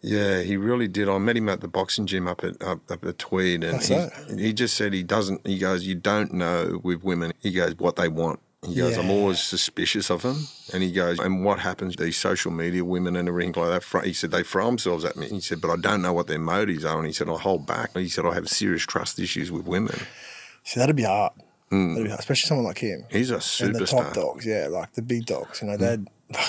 S1: Yeah, he really did. I met him at the boxing gym up at up, up at Tweed, and
S2: That's
S1: he,
S2: right.
S1: he just said he doesn't. He goes, "You don't know with women." He goes, "What they want." He goes, "I'm
S2: Yeah.
S1: always suspicious of them," and he goes, "And what happens? These social media women and everything like that." fro- He said they throw themselves at me. He said, "But I don't know what their motives are," and he said, "I hold back." He said, "I have serious trust issues with women."
S2: See, that'd be hard. That'd be hard, especially someone like him.
S1: He's a
S2: and the top
S1: Hmm. superstar.
S2: dogs, yeah, like the big dogs. You know, they'd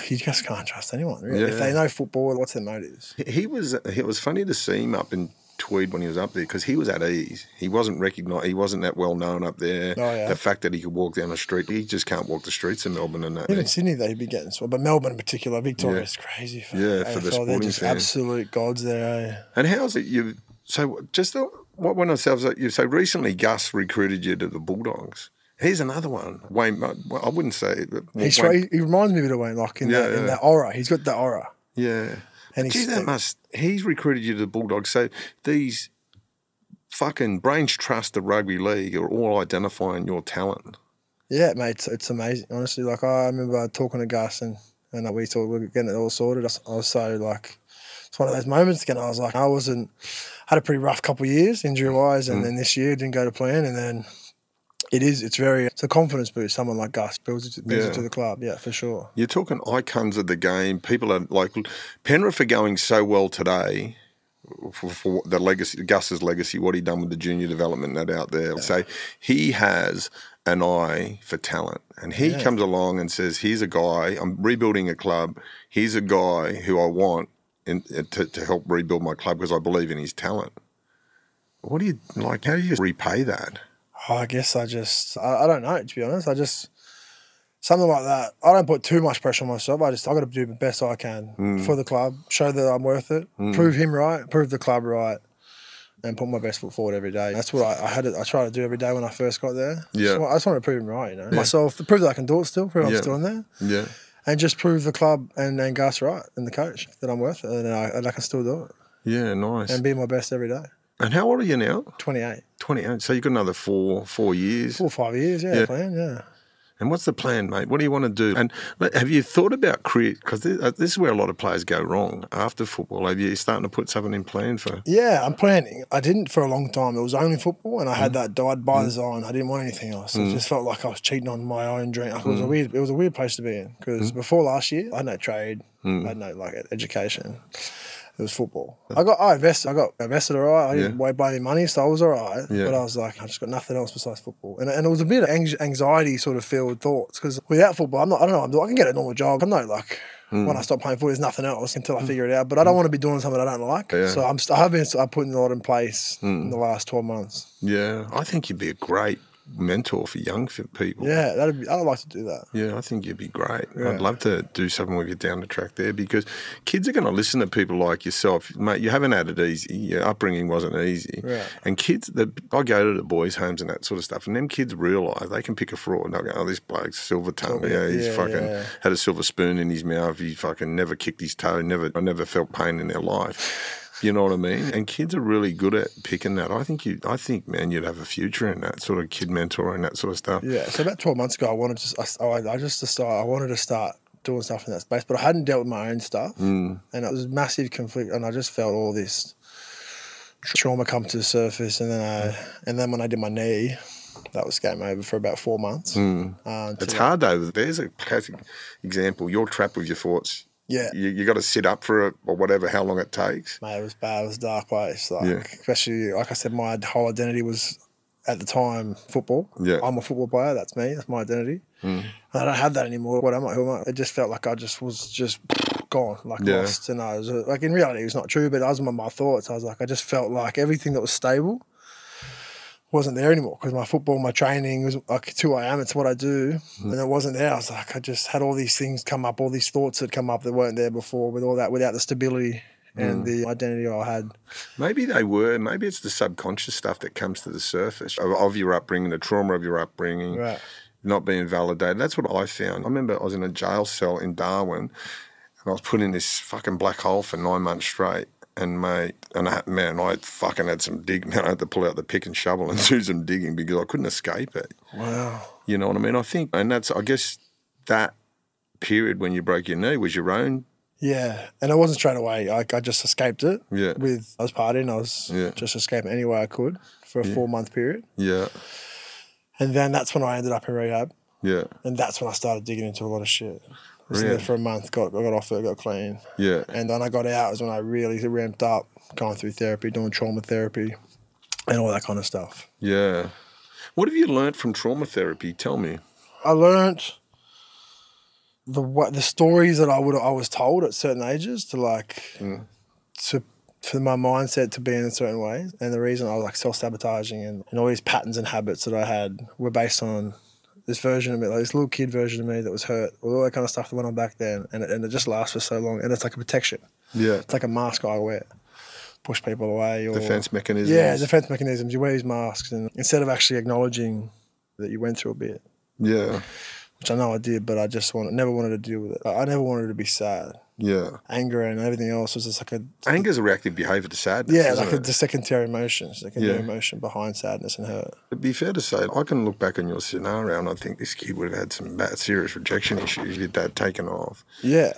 S2: you just can't trust anyone. Really.
S1: Yeah,
S2: if
S1: yeah.
S2: they know football, what's their motives?
S1: He was. It was funny to see him up in Tweed when he was up there because he was at ease. He wasn't recognised. He wasn't that well known up there.
S2: Oh, yeah.
S1: The fact that he could walk down the street, he just can't walk the streets in Melbourne and that.
S2: Even Sydney, they'd be getting swell, but Melbourne in particular, Victoria's crazy. For
S1: Yeah, for the
S2: AFL, they're
S1: sporting
S2: just
S1: fan.
S2: absolute gods there. eh?
S1: And how's it you? So just the, what when I was like you. So recently, Gus recruited you to the Bulldogs. Here's another one. Wayne, well, I wouldn't say. it, but-
S2: Eh? He's
S1: Wayne-
S2: straight, he reminds me a bit of Wayne Lock in,
S1: Yeah,
S2: that, in
S1: yeah.
S2: that aura. He's got that aura,
S1: Yeah.
S2: and
S1: Gee,
S2: he's
S1: that must. He's recruited you to the Bulldogs. So these fucking brains trust the rugby league are all identifying your talent.
S2: yeah, mate. It's, it's amazing, honestly. Like I remember talking to Gus and and we thought we were getting it all sorted. I was, I was so like. It's one of those moments again. I was like, I wasn't had a pretty rough couple of years injury wise, and then this year didn't go to plan, and then it is. It's very. It's a confidence boost. Someone like Gus builds it, to- builds
S1: Yeah.
S2: it to the club. Yeah, for sure.
S1: You're talking icons of the game. People are like Penrith are going so well today for, for the legacy, Gus's legacy, what he done with the junior development net out there. So he has an eye for talent, and he comes along and says, "Here's a guy. I'm rebuilding a club. Here's a guy who I want in, uh, to, to help rebuild my club because I believe in his talent." What do you like? How do you repay that?
S2: Oh, I guess I just. I, I don't know. To be honest, I just something like that. I don't put too much pressure on myself. I just I got to do the best I can
S1: Mm.
S2: for the club. Show that I'm worth it. Prove him right. Prove the club right. And put my best foot forward every day. That's what I, I had. It, I tried to do every day when I first got there.
S1: Yeah.
S2: So I just wanted to prove him right. You know, myself. Prove that I can do it still. Prove
S1: Yeah.
S2: I'm still in there.
S1: Yeah.
S2: and just prove the club and, and Gus right and the coach that I'm worth it and I, and I can still do it
S1: Yeah, nice.
S2: and be my best every day.
S1: and how old are you now?
S2: 28,
S1: 28. So you've got another four four years.
S2: four or five years, yeah,
S1: Yeah.
S2: playing, yeah.
S1: And what's the plan, mate? What do you want to do? And like, have you thought about career? Because this, uh, this is where a lot of players go wrong after football. Have you starting to put something in plan for?
S2: Yeah, I'm planning. I didn't for a long time. It was only football, and I
S1: Mm.
S2: had that died by design. I didn't want anything else. It just felt like I was cheating on my own dream. Like, It
S1: Mm.
S2: was a weird. It was a weird place to be in because before last year, I had no trade.
S1: Mm.
S2: I had no like education. It was football. I got I invested. I got invested all right. I didn't
S1: Yeah.
S2: wait by any money, so I was all right.
S1: Yeah.
S2: But I was like, I just got nothing else besides football, and, and it was a bit of anx- anxiety sort of filled thoughts because without football, I'm not. I don't know. I'm, I can get a normal job. I'm not like. When I stop playing football, there's nothing else until I figure it out. But I don't want to be doing something I don't like.
S1: Yeah.
S2: So I'm st- I have been I putting a lot in place in the last twelve months.
S1: Yeah, I think you'd be a great mentor for young fit people.
S2: Yeah, that'd be, I'd like to do that.
S1: Yeah, I think you'd be great. I'd love to do something with you down the track there because kids are going to listen to people like yourself, mate. You haven't had it easy. Your upbringing wasn't easy,
S2: Right.
S1: and kids. The, I go to the boys' homes and that sort of stuff, and them kids realise they can pick a fraud. And they'll go, "Oh, this bloke's silver tongue. Yeah, he's
S2: yeah,
S1: fucking
S2: yeah.
S1: had a silver spoon in his mouth. He fucking never kicked his toe. Never, I never felt pain in their life." You know what I mean? And kids are really good at picking that. I think you. I think, man, you'd have a future in that sort of kid mentor and that sort of stuff.
S2: Yeah. So about twelve months ago, I wanted to. I, I I just decided I wanted to start doing stuff in that space, but I hadn't dealt with my own stuff,
S1: Hmm.
S2: and it was massive conflict, and I just felt all this trauma come to the surface, and then I and then when I did my knee, that was game over for about four months.
S1: Hmm. Mm.
S2: Um,
S1: It's hard though. There's a classic example. You're trapped with your thoughts.
S2: yeah.
S1: You, you got to sit up for it or whatever, how long it takes.
S2: Mate, it was bad. It was a dark place. Like,
S1: Yeah.
S2: especially like I said, my whole identity was at the time football.
S1: Yeah. Hmm.
S2: I'm a football player. That's me. That's my identity. And I don't have that anymore. What am I? Who am I? It just felt like I just was just gone, like
S1: Yeah.
S2: lost. And I was uh, like, in reality, it's not true. But I was my, my thoughts. I was like, I just felt like everything that was stable wasn't there anymore because my football, my training was like it's who I am, it's what I do,
S1: Mm-hmm.
S2: and it wasn't there. I was like, I just had all these things come up, all these thoughts had come up that weren't there before, with all that without the stability
S1: Mm.
S2: and the identity I had.
S1: Maybe they were. Maybe it's the subconscious stuff that comes to the surface of, of your upbringing, the trauma of your upbringing.
S2: Right.
S1: not being validated. That's what I found. I remember I was in a jail cell in Darwin and I was put in this fucking black hole for nine months straight. And mate, and I, man, I fucking had some dig. Man, I had to pull out the pick and shovel and do some digging because I couldn't escape it.
S2: Wow.
S1: You know what I mean? I think, and that's, I guess, that period when you broke your knee was your own.
S2: Yeah. And I wasn't straight away. I, I just escaped it
S1: Yeah.
S2: with, I was partying. I was
S1: Yeah.
S2: just escaping any way I could for a four month period.
S1: Yeah.
S2: And then that's when I ended up in rehab.
S1: Yeah.
S2: And that's when I started digging into a lot of shit. I was in there
S1: Really?
S2: for a month, got, I got off it, got clean.
S1: Yeah.
S2: And then I got out is when I really ramped up, going through therapy, doing trauma therapy and all that kind of stuff.
S1: Yeah. What have you learnt from trauma therapy? Tell me.
S2: I learnt the wa- the stories that I would I was told at certain ages to like
S1: Mm.
S2: to for my mindset to be in a certain way, and the reason I was like self sabotaging and, and all these patterns and habits that I had were based on this version of me, like this little kid version of me that was hurt, all that kind of stuff that went on back then, and it, and it just lasts for so long, and it's like a protection,
S1: Yeah.
S2: it's like a mask I wear, push people away, or
S1: Defense mechanisms.
S2: yeah, defense mechanisms. You wear these masks, and instead of actually acknowledging that you went through a bit
S1: Yeah.
S2: which I know I did, but I just wanted, never wanted to deal with it. I I never wanted to be sad.
S1: Yeah.
S2: Anger and everything else was just like a
S1: Anger's a reactive behavior to sadness.
S2: yeah,
S1: isn't
S2: like a,
S1: it?
S2: the secondary emotion, secondary
S1: Yeah.
S2: emotion behind sadness and hurt.
S1: It'd be fair to say, I can look back on your scenario and I think this kid would have had some bad, serious rejection issues if that taken off.
S2: Yeah,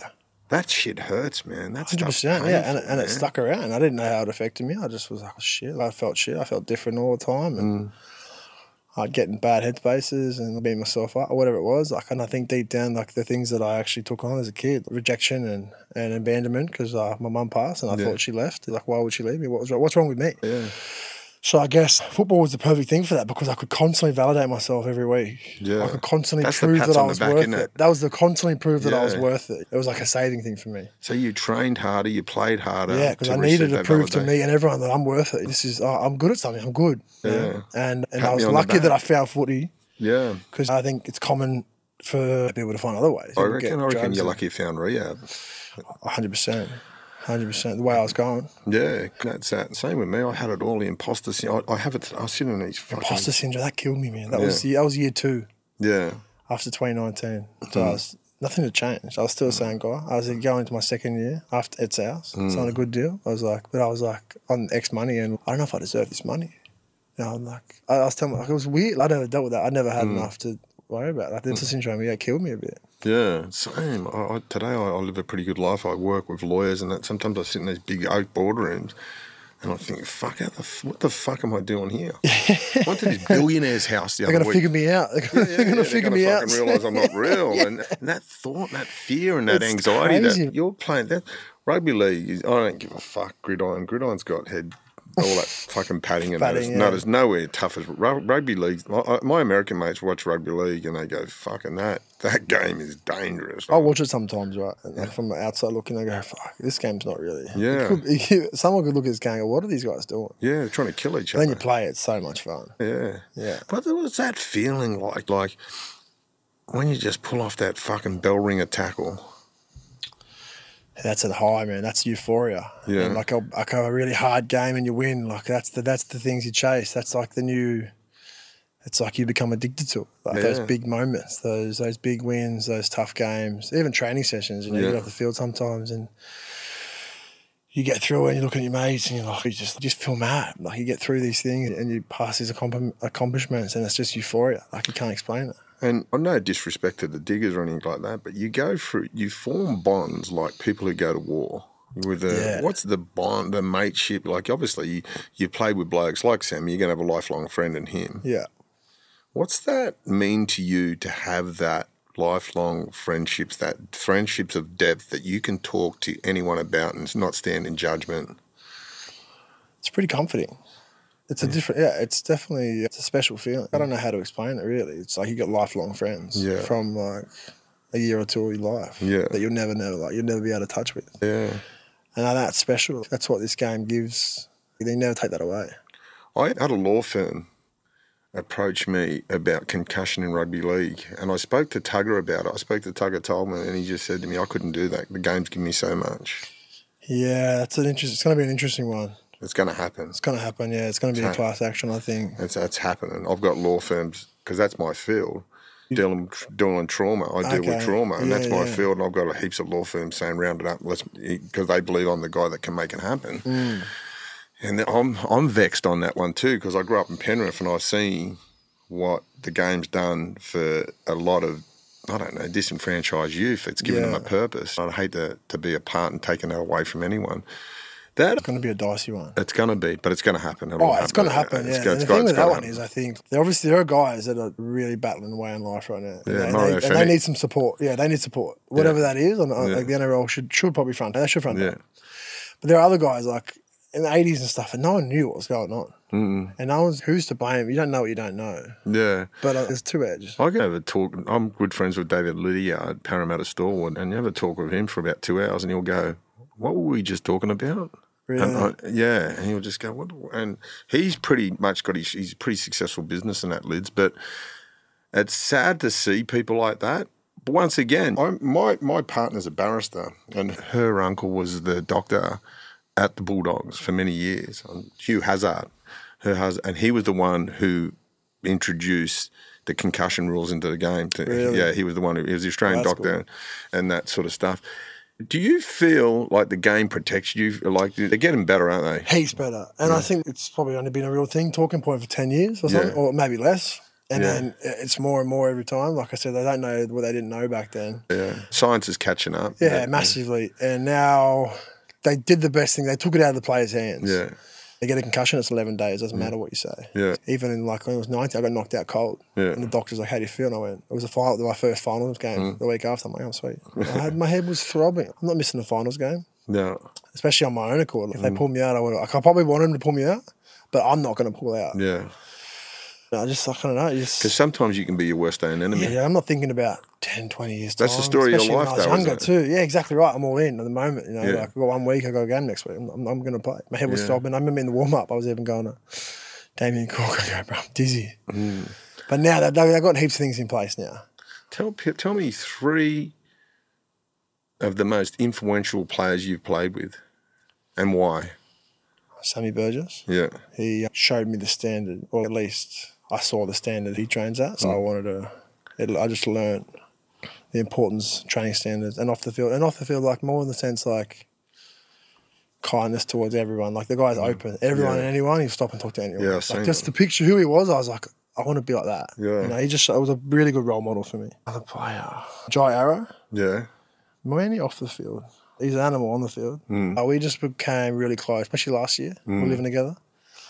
S1: That shit hurts, man. That's
S2: hundred percent. Yeah, and, it- and it stuck around. I didn't know how it affected me. I just was like, oh, shit. I felt shit. I felt different all the time, and I'd get in bad headspaces and beat myself up or whatever it was. Like, and I think deep down, like the things that I actually took on as a kid, rejection and and abandonment, because uh, my mum passed and I
S1: Yeah.
S2: thought she left. Like, why would she leave me? What was wrong- what's wrong with me?
S1: Yeah.
S2: So I guess football was the perfect thing for that because I could constantly validate myself every week.
S1: Yeah.
S2: I could constantly
S1: That's the
S2: prove
S1: pats
S2: that I
S1: on the
S2: was
S1: back,
S2: worth
S1: isn't
S2: it?
S1: it?
S2: That was the constantly prove that I was
S1: Yeah.
S2: worth it. It was like a saving thing for me.
S1: So you trained harder, you played harder.
S2: yeah, because I needed to prove to me and everyone that I'm worth it. This is oh, I'm good at something. I'm good. you know? And and
S1: Pat me
S2: I was
S1: on the
S2: lucky
S1: back.
S2: that I found footy
S1: Yeah.
S2: because I think it's common for people to find other ways.
S1: I
S2: People get
S1: reckon, I reckon
S2: drugs
S1: you're
S2: and-
S1: lucky you found rehab.
S2: 100%. 100% the way I was going.
S1: Yeah, that's that. Same with me. I had it all the imposter syndrome. I, I have it. I sit in each fucking.
S2: Imposter syndrome, that killed me, man. That
S1: Yeah.
S2: was that was year 2.
S1: Yeah,
S2: after 2019.
S1: Hmm.
S2: So I was, nothing had changed. I was still the same guy. I was going into my second year after Ed's house. It's
S1: Hmm.
S2: not a good deal. I was like, but I was like on X money and I don't know if I deserve this money. You know, I'm like, I, I was telling like, it was weird. I never dealt with that. I never
S1: Hmm.
S2: had enough to worry about. Like, the imposter syndrome, yeah, it killed me a bit.
S1: yeah. Same. I, I, today I, I live a pretty good life. I work with lawyers, and that sometimes I sit in these big oak boardrooms, and I think, fuck, how the, f- what the fuck am I doing here? I went to this billionaire's house the
S2: They're
S1: other
S2: going to
S1: week.
S2: figure me out. They're going
S1: Yeah,
S2: to
S1: yeah,
S2: figure
S1: they're
S2: me
S1: gonna
S2: out.
S1: fucking realize I'm not real, and, and that thought, and that fear, and that
S2: It's
S1: anxiety
S2: crazy.
S1: that you're playing that rugby league. Is, I don't give a fuck. Gridiron, gridiron's got head. All that fucking padding and
S2: Padding,
S1: that is,
S2: yeah.
S1: no, there's nowhere tough as rug- rugby league. My, I- my American mates watch rugby league and they go, "Fucking that, that game is dangerous."
S2: I watch it sometimes, right? And like from the outside looking, I go, "Fuck, this game's not really." It
S1: Yeah.
S2: could- someone could look at this game and go, "What are these guys doing?"
S1: yeah, they're trying to kill each
S2: And then you
S1: other.
S2: play it, it's so much fun.
S1: yeah,
S2: Yeah.
S1: But there was that feeling like, like when you just pull off that fucking bell ringer tackle.
S2: That's at high, man. That's euphoria.
S1: Yeah.
S2: And like a like a really hard game and you win. Like that's the that's the things you chase. That's like the new. It's like you become addicted to it. Like those
S1: Yeah.
S2: big moments, those those big wins, those tough games, even training sessions. You know, you
S1: Yeah.
S2: get off the field sometimes and. You get through it and you look at your mates and you're like, you just, just feel mad. Like you get through these things and you pass these accompli- accomplishments and it's just euphoria. Like you can't explain it.
S1: And I no disrespect to the diggers or anything like that, but you go through, you form bonds like people who go to war. With the
S2: Yeah.
S1: what's the bond, the mateship? Like obviously you, you play with blokes like Sam, you're gonna have a lifelong friend in him.
S2: Yeah.
S1: What's that mean to you to have that lifelong friendships, that friendships of depth that you can talk to anyone about and not stand in judgment?
S2: it's pretty comforting. It's a different, yeah. It's definitely it's a special feeling. I don't know how to explain it really. It's like you got lifelong friends
S1: Yeah.
S2: from like a year or two of your life
S1: Yeah.
S2: that you'll never know, like you'll never be out of touch with.
S1: Yeah.
S2: And that's special. That's what this game gives. You can never take that away.
S1: I had a law firm approach me about concussion in rugby league, and I spoke to Tugger about it. I spoke to Tugger Tolman, and he just said to me, "I couldn't do that. The games give me so much.
S2: Yeah, that's an interest. It's going to be an interesting one.
S1: It's going to happen.
S2: It's going to happen. Yeah, it's going to be a
S1: Okay.
S2: class action. I think.
S1: It's that's happening. I've got law firms because that's my field. dealing, dealing trauma. I deal with
S2: Okay.
S1: trauma, and
S2: Yeah,
S1: that's my
S2: yeah.
S1: field. And I've got heaps of law firms saying, round it up, let's because they believe I'm the guy that can make it happen.
S2: Mm.
S1: And I'm I'm vexed on that one too because I grew up in Penrith and I've seen what the game's done for a lot of I don't know disenfranchised youth. It's given them
S2: Yeah.
S1: a purpose. I'd hate to to be a part and taking that away from anyone. That
S2: It's going to be a dicey one.
S1: it's going to be, but it's going to happen. It'll
S2: Oh, it's going to happen.
S1: It's
S2: Yeah.
S1: go-
S2: and
S1: it's
S2: the
S1: got-
S2: thing
S1: it's
S2: with that
S1: gotta
S2: one
S1: happen.
S2: is, I think there- obviously there are guys that are really battling away in life right now. And
S1: Yeah,
S2: they-
S1: Mario
S2: they, and they
S1: Fenwick.
S2: need some support. Yeah, they need support. Whatever that is, and uh,
S1: Yeah.
S2: like the NRL should should probably front. They should front.
S1: Yeah,
S2: Yeah. But there are other guys like in the eighties and stuff, and no one knew what was going on,
S1: Mm,
S2: and no one's who's to blame. You don't know what you don't know.
S1: yeah.
S2: But uh, it's two edged.
S1: I can have a talk. I'm good friends with David Lydia at Parramatta Stalwart, and you have a talk with him for about two hours, and he'll go, "What were we just talking about?"
S2: Really.
S1: And I, yeah, and he'll just go, what? and he's pretty much got his, he's a pretty successful business in that lids, but it's sad to see people like that. But once again, I'm, my my partner's a barrister, and her uncle was the doctor at the Bulldogs for many years, um, Hugh Hazard, her husband, and he was the one who introduced the concussion rules into the game. To,
S2: Really?
S1: Yeah, he was the one who he was the Australian
S2: That's
S1: doctor and that sort of stuff. Do you feel like the game protects you? Like they're getting better, aren't they?
S2: heaps better. And I think it's probably only been a real thing, talking point for 10 years or something,
S1: Yeah.
S2: or maybe less. And
S1: Yeah.
S2: then uh, it's more and more every time. Like I said, they don't know what they didn't know back then.
S1: Yeah, science is catching up.
S2: Yeah, massively. And now they did the best thing. They took it out of the players' hands.
S1: yeah,
S2: They get a concussion, it's 11 days. doesn't matter what you say.
S1: yeah,
S2: Even in like when I was 90, I got knocked out cold.
S1: Yeah.
S2: And the doctor's like, how do you feel? And I went, it was a final, my first finals game
S1: Mm.
S2: the week after. I'm like, I'm sweet. I had, my head was throbbing. I'm not missing the finals game
S1: no,
S2: especially on my own accord.
S1: Mm.
S2: If they pull me out, I would. Like, I probably want them to pull me out, but I'm not going to pull out.
S1: yeah.
S2: I just, I don't know. you Just,
S1: Because sometimes you can be your worst own enemy.
S2: yeah, yeah, I'm not thinking about 10, 20 years.
S1: That's the
S2: time,
S1: story of your
S2: especially when
S1: life,
S2: I was
S1: though,
S2: younger
S1: isn't
S2: too. Yeah, exactly right. I'm all in at the moment. You know,
S1: Yeah.
S2: like I've got one week. I got a game next week. I'm, I'm, I'm going to play. My head was
S1: Yeah.
S2: throbbing. I remember in the warm up, I was even going to Damien Cook. I go, bro, I'm dizzy.
S1: Mm.
S2: But now they- they- they've got heaps of things in place now.
S1: Tell pe- tell me three of the most influential players you've played with, and why.
S2: Sammy Burgess,
S1: Yeah,
S2: he showed me the standard, or at least I saw the standard he trains at. So I
S1: Mm.
S2: wanted to, it, I just learned the importance of training standards and off the field, and off the field, like more in the sense like kindness towards everyone. Like the guy's open, everyone
S1: Mm. Yeah.
S2: and anyone, he'll stop and talk to anyone.
S1: Yeah, I've seen
S2: like just
S1: that.
S2: the picture who he was, I was like, I want to be like that.
S1: Yeah.
S2: You know, he just, it was a really good role model for me. Other player, Jai Arrow.
S1: yeah,
S2: Mainly off the field. He's an animal on the field. Uh, we just became really close, especially last year. We were living together.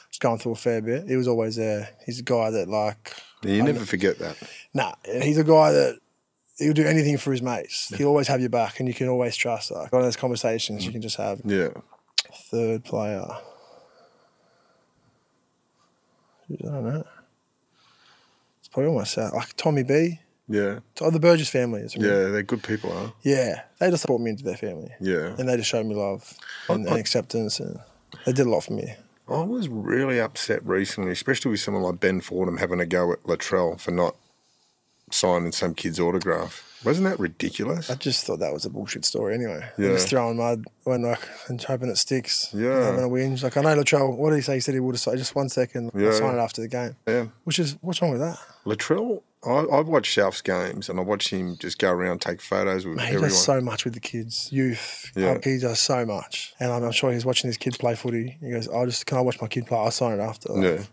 S2: Just going through a fair bit. He was always there. He's a guy that like
S1: you never forget that.
S2: nah, he's a guy that he'll do anything for his mates. He'll always have your back and you can always trust like one of those conversations you can just have.
S1: Yeah,
S2: Third player. I don't know. It's probably almost sad. Like Tommy B.
S1: yeah,
S2: Oh, the Burgess family. It's
S1: yeah. They're good people, huh?
S2: yeah. They just brought me into their family
S1: Yeah.
S2: and they just showed me love and, and acceptance, and they did a lot for me.
S1: I was really upset recently, especially with someone like Ben Fordham having a go at Latrell for not signing some kid's autograph. Wasn't that ridiculous?
S2: I just thought that was a bullshit story. Anyway,
S1: Yeah.
S2: yeah. just throwing mud when like and hoping it sticks. and
S1: Yeah.
S2: having a whinge. Like I know Latrell. What did he say? He said he would have signed just one second.
S1: Yeah.
S2: Yeah, sign it after the game.
S1: Yeah.
S2: Which is what's wrong with that?
S1: Latrell, I, I've watched South's games and I watched him just go around take photos with
S2: Mate, he
S1: everyone.
S2: does so much with the kids, youth.
S1: Yeah.
S2: Like, he does so much, and I'm, I'm sure he's watching his kids play footy. He goes, "I just can I watch my kid play? I'll sign it after." Like,
S1: yeah.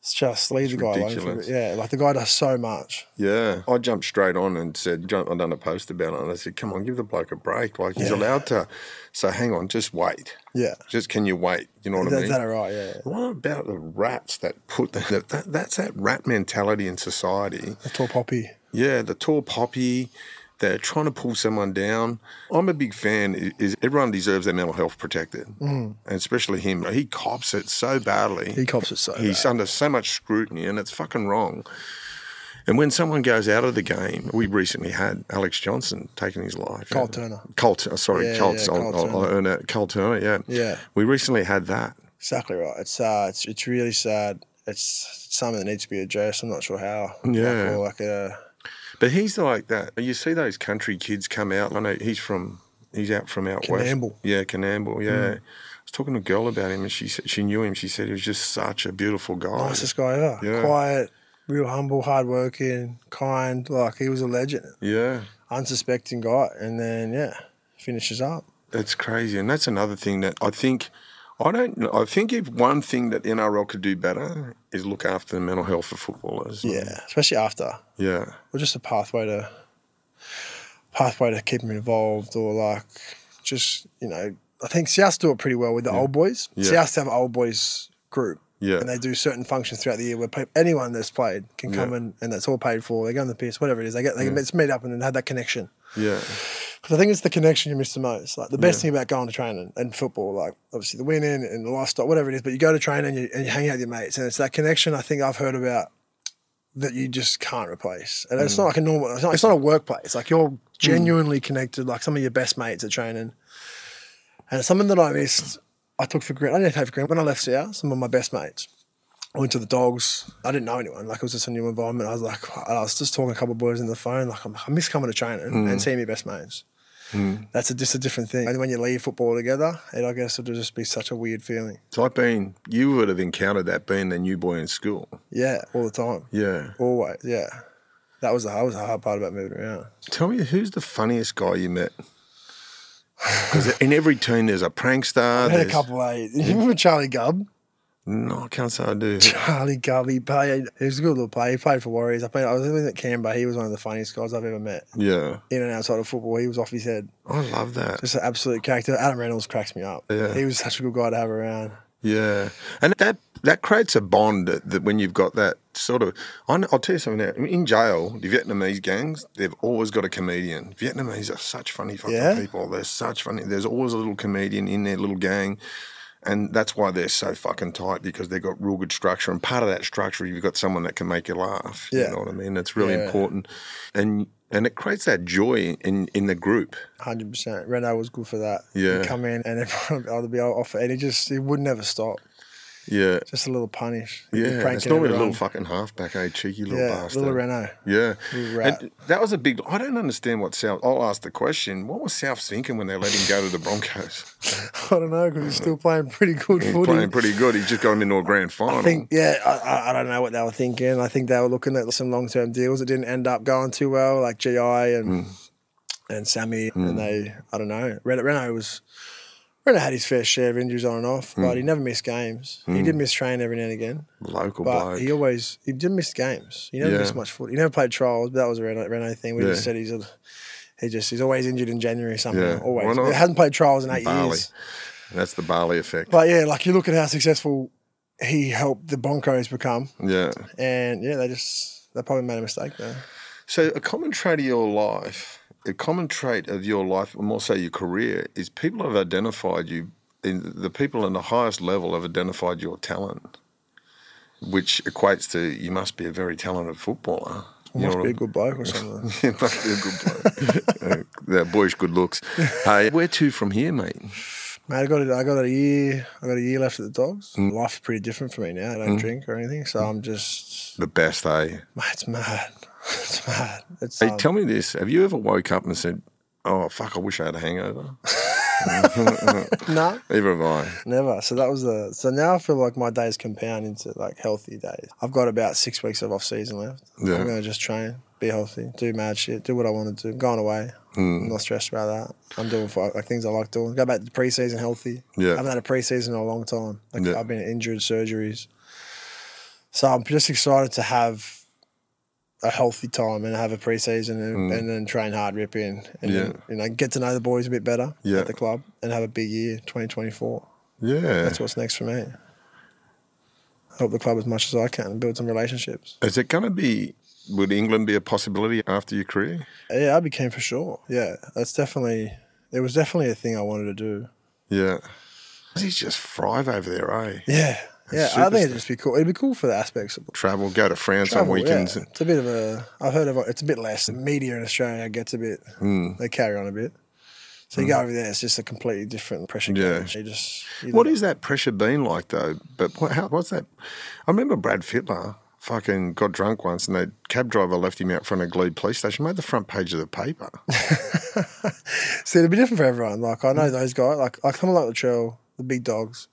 S2: It's just leave the guy alone. For a
S1: ridiculous.
S2: bit. Yeah, like the guy does so much.
S1: Yeah. I jumped straight on and said, jump, I done a post about it. And I said, come on, give the bloke a break. Like, he's
S2: Yeah.
S1: allowed to. So hang on, just wait.
S2: Yeah,
S1: Just can you wait? You know what I
S2: that's
S1: mean?
S2: that all right. Yeah, yeah.
S1: what about the rats that put the, that, that, that's that rat mentality in society
S2: the tall poppy.
S1: Yeah, the tall poppy. They're trying to pull someone down. I'm a big fan. i- Is everyone deserves their mental health protected, mm. and especially him. He cops it so badly.
S2: He cops it so.
S1: He's under so much scrutiny, and it's fucking wrong. And when someone goes out of the game, we recently had Alex Johnson taking his life.
S2: Cole Turner.
S1: Colt, sorry,
S2: Yeah,
S1: Colt.
S2: yeah,
S1: I'll,
S2: Cole
S1: I'll, I'll earn it. Cole Turner, yeah.
S2: Yeah.
S1: We recently had that.
S2: Exactly right. It's uh, it's it's really sad. It's something that needs to be addressed. I'm not sure how.
S1: Yeah.
S2: Like, or like uh,
S1: But he's like that. You see those country kids come out. I know he's from. He's out from out west.
S2: Canamble. Mm.
S1: Yeah, Canamble. Yeah. I was talking to a girl about him, and she said she knew him. She said he was just such a beautiful guy.
S2: nicest guy ever.
S1: Oh, Yeah.
S2: Quiet, real humble, hardworking, kind. Like he was a legend,
S1: Yeah.
S2: unsuspecting guy. And then yeah, finishes up.
S1: That's crazy, and that's another thing that I think I don't. know- I think if one thing that NRL could do better is look after the mental health of footballers.
S2: Yeah, especially after
S1: yeah,
S2: or just a pathway to pathway to keep them involved or like just you know I think South do it pretty well with the old boys.
S1: Yeah.
S2: South have an old boys group
S1: yeah.
S2: and they do certain functions throughout the year where pe- anyone that's played can come
S1: Yeah.
S2: in and it's all paid for. They go on the piss, whatever it is. They get they can just meet up and then have that connection.
S1: yeah,
S2: Because I think it's the connection you miss the most. Like the best thing about going to training and football, like obviously the winning and the lifestyle, whatever it is, but you go to training and you, and you hang out with your mates, and it's that connection I think I've heard about that you just can't replace. And it's not like a normal, it's not, it's not a workplace. Like you're genuinely connected, like some of your best mates at training. And something that I missed, I took for granted. I didn't take for granted when I left South. Some of my best mates. I went to the dogs. I didn't know anyone. Like it was just a new environment. I was like, I was just talking to a couple of boys on the phone. Like I'm, I miss coming to training and seeing my best mates that's a, just a different thing. And when you leave football together, it I guess it'll just be such a weird feeling.
S1: It's like being you would have encountered that being the new boy in school.
S2: Yeah, all the time,
S1: Yeah.
S2: always. Yeah, that was the that was the hard part about moving around.
S1: Tell me who's the funniest guy you met? Because in every team there's a prankster.
S2: I had a
S1: there's-
S2: couple of you remember Charlie Gubb?
S1: No, I can't say I do.
S2: Charlie Gubb, he played. He was a good little player. He played for Warriors. I played. I was living at Canberra. He was one of the funniest guys I've ever met
S1: Yeah,
S2: in and outside of football. He was off his head.
S1: I love that.
S2: Just an absolute character. Adam Reynolds cracks me up.
S1: Yeah.
S2: He was such a good guy to have around.
S1: Yeah, and that that creates a bond that, that when you've got that sort of. I know- I'll tell you something now. In jail, the Vietnamese gangs, they've always got a comedian. Vietnamese are such funny fucking
S2: Yeah?
S1: people. They're such funny. There's always a little comedian in their little gang. And that's why they're so fucking tight because they've got real good structure. And part of that structure, you've got someone that can make you laugh.
S2: Yeah.
S1: You know what I mean? It's really
S2: Yeah.
S1: important. And and it creates that joy in, in the group.
S2: Hundred percent. Renault was good for that.
S1: Yeah.
S2: He'd come in and everyone I'd be off, and he just he would never stop.
S1: Yeah.
S2: Just a little punish.
S1: Yeah. It's
S2: Pranking
S1: normally a
S2: everyone.
S1: little fucking halfback, eh? Cheeky little
S2: yeah,
S1: bastard.
S2: little Renault.
S1: Yeah.
S2: Little rat.
S1: And that was a big. I don't understand what South. I'll ask the question. What was South thinking when they let him go to the Broncos?
S2: I don't know because he's still playing pretty good
S1: He's
S2: footy.
S1: playing pretty good. He just got him into a grand final.
S2: I think, yeah, I, I- I don't know what they were thinking. I think they were looking at some long term deals that didn't end up going too well, like GI and
S1: Hmm.
S2: and Sammy, and they, I don't know. Ren- Renault was. Renault had his fair share of injuries on and off, but
S1: Hmm.
S2: he never missed games. He did miss train every now and again,
S1: Local
S2: but
S1: bloke.
S2: he always he did miss games. He never
S1: Yeah.
S2: missed much foot. He never played trials. But that was a Renault, Renault thing. We
S1: Yeah.
S2: just said he's a, he just he's always injured in January somehow.
S1: Yeah. Why
S2: Always.
S1: not?
S2: He hasn't played trials in eight
S1: Barley.
S2: years.
S1: That's the Bali effect.
S2: But yeah, like you look at how successful he helped the Broncos become,
S1: yeah.
S2: and yeah, they just they probably made a mistake there.
S1: So a common trait of your life, a common trait of your life, and more so your career, is people have identified you. In, the people in the highest level have identified your talent, which equates to you must be a very talented footballer.
S2: Must
S1: You're-
S2: be a good bloke or something.
S1: Yeah, must be a good bloke. uh, that boyish good looks. Hey, where to from here, mate?
S2: Mate, I got it. I got a year. I got a year left at the dogs.
S1: Mm.
S2: Life's pretty different for me now. I don't drink or anything, so I'm just
S1: The best, eh?
S2: mate. It's mad. It's mad. It's
S1: Hey,
S2: um,
S1: tell me this. Have you ever woke up and said, oh, fuck, I wish I had a hangover?
S2: no.
S1: Either have I.
S2: Never. So that was the. So now I feel like my days compound into like healthy days. I've got about six weeks of off season left.
S1: Yeah.
S2: I'm gonna just train, be healthy, do mad shit, do what I want to do. Going away.
S1: Hmm,
S2: I'm not stressed about that. I'm doing fi- like things I like doing. Go back to preseason healthy.
S1: Yeah.
S2: I haven't had a preseason in a long time. Like
S1: Yeah.
S2: I've been injured, surgeries. So I'm just excited to have a healthy time and have a preseason and, and then train hard, rip in, and
S1: Mm. Yeah.
S2: then, you know get to know the boys a bit better
S1: Yeah.
S2: at the club and have a big year 2024.
S1: Yeah.
S2: That's what's next for me. Help the club as much as I can and build some relationships.
S1: Is it going to be, would England be a possibility after your career?
S2: Yeah, I became for sure. Yeah, that's definitely. It was definitely a thing I wanted to do.
S1: Yeah. He's just thrive over there, eh?
S2: Yeah, yeah.
S1: super
S2: I think it'd just be cool. It'd be cool for the aspects of
S1: Travel, go to France
S2: travel.
S1: on weekends.
S2: Yeah. It's a bit of a. I've heard of it. It's a bit less. The media in Australia gets a bit.
S1: Hmm.
S2: They carry on a bit. So you go over there, it's just a completely different pressure.
S1: Yeah.
S2: Yeah. You just. You
S1: What is that pressure been like though? But what, how, what's that? I remember Brad Fittler fucking got drunk once, and the cab driver left him out front of Glebe Police Station. Made the front page of the paper. Mm.
S2: See, it'll be different for everyone. Like I know those guys. Like I come like Latrell, the big dogs.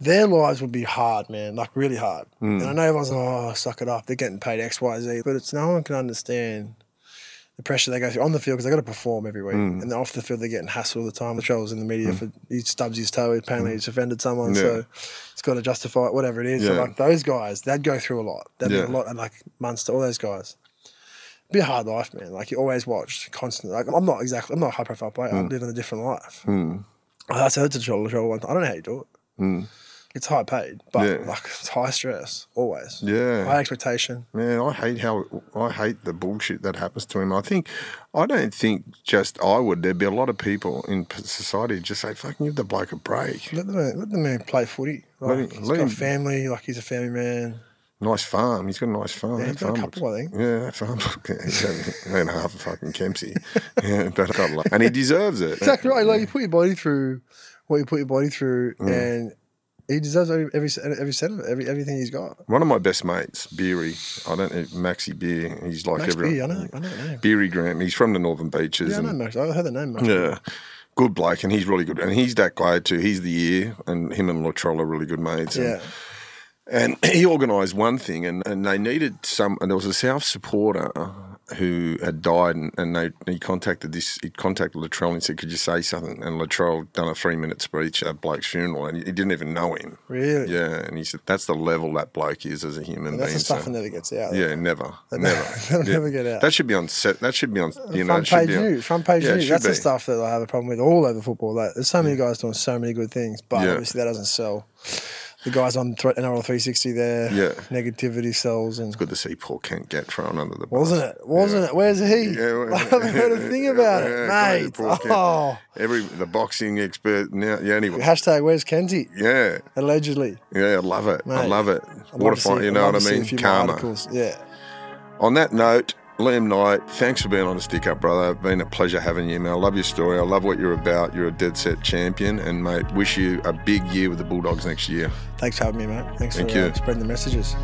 S2: their lives would be hard, man, like really hard.
S1: Mm.
S2: And I know everyone's like, oh, suck it up. They're getting paid X, Y, Z. But it's no one can understand the pressure they go through on the field because they got to perform every week.
S1: Mm.
S2: And then off the field, they're getting hassled all the time. The troll's in the media for he stubs his toe. Apparently, he's offended someone.
S1: Mm. Yeah.
S2: So it's got to justify it, whatever it is. So,
S1: Yeah.
S2: like, those guys, they'd go through a lot. They'd
S1: Yeah.
S2: be a lot. And like Munster, all those guys. Be a hard life, man. Like you always watch constantly. Like I'm not exactly, I'm not a high profile player. I'm living a different life. I said to Joel Latrell one time, I don't know how you do it. It's high paid, but
S1: Yeah.
S2: like it's high stress always.
S1: Yeah.
S2: High expectation.
S1: Man, I hate how I hate the bullshit that happens to him. I think I don't think just I would. There'd be a lot of people in p- society just say, "Fucking give the bloke a break."
S2: Let the man, let the man play footy.
S1: Let
S2: Like,
S1: him-
S2: he's
S1: let
S2: got
S1: him-
S2: a family. Like he's a family man.
S1: Nice farm. He's got a nice farm.
S2: Yeah,
S1: That
S2: he's got a
S1: farm
S2: couple, I think.
S1: Yeah, that farm. yeah, and half a fucking Kempsey. yeah, but God, love- and he deserves it.
S2: Exactly right. Like you put your body through what you put your body through, and he deserves every every every cent of it, every everything he's got.
S1: One of my best mates, Beery. I don't know Maxie Beer. He's like
S2: Max
S1: everyone.
S2: B, I know, I know the name.
S1: Beery Graham. He's from the Northern Beaches.
S2: Yeah, I
S1: and-
S2: know Max. I heard the name. Max.
S1: Yeah. Good bloke, and he's really good. And he's that guy too. He's the year, and him and Latrell are really good mates. And,
S2: Yeah.
S1: and he organised one thing, and, and they needed some. And there was a South supporter who had died, and, and they he contacted this. He contacted Latrell and said, "Could you say something?" And Latrell done a three minute speech at Blake's funeral, and he, he didn't even know him.
S2: Really.
S1: Yeah, and he said, "That's the level that bloke is as a human
S2: And that's
S1: being."
S2: the stuff
S1: so-
S2: that never gets out.
S1: yeah, never, never.
S2: That'll never get out.
S1: That should be on set. That should be on. You know, it
S2: front
S1: should
S2: page
S1: be on-
S2: news, front page
S1: Yeah, it
S2: news.
S1: should
S2: That's the
S1: be.
S2: stuff that I have a problem with all over football. Like, there's so many guys doing so many good things, but
S1: Yeah.
S2: obviously that doesn't sell. The guys on thre- NRL 360 there,
S1: Yeah.
S2: negativity sells, and
S1: Good to see Paul Kent get thrown under the bus.
S2: wasn't it? Wasn't it? Where's he?
S1: Yeah, well-
S2: I haven't heard a thing about
S1: Yeah,
S2: it,
S1: great,
S2: mate.
S1: Paul Kent.
S2: Oh,
S1: Every the boxing expert now. Yeah, anyway.
S2: hashtag Where's Kenty?
S1: Yeah,
S2: Allegedly,
S1: yeah, I love it. I
S2: Mate,
S1: love it.
S2: I'd
S1: What
S2: love
S1: a
S2: to
S1: fight,
S2: see-
S1: you
S2: I'd
S1: know
S2: love
S1: what
S2: to
S1: I
S2: see a
S1: mean?
S2: few more
S1: Karma.
S2: articles. Yeah,
S1: On that note, Liam Knight, thanks for being on the Stick Up, brother. Been a pleasure having you, man. I love your story. I love what you're about. You're a dead set champion, and mate, wish you a big year with the Bulldogs next year.
S2: thanks for having me, mate. Thanks
S1: Thank
S2: for
S1: you.
S2: Uh, spreading the messages.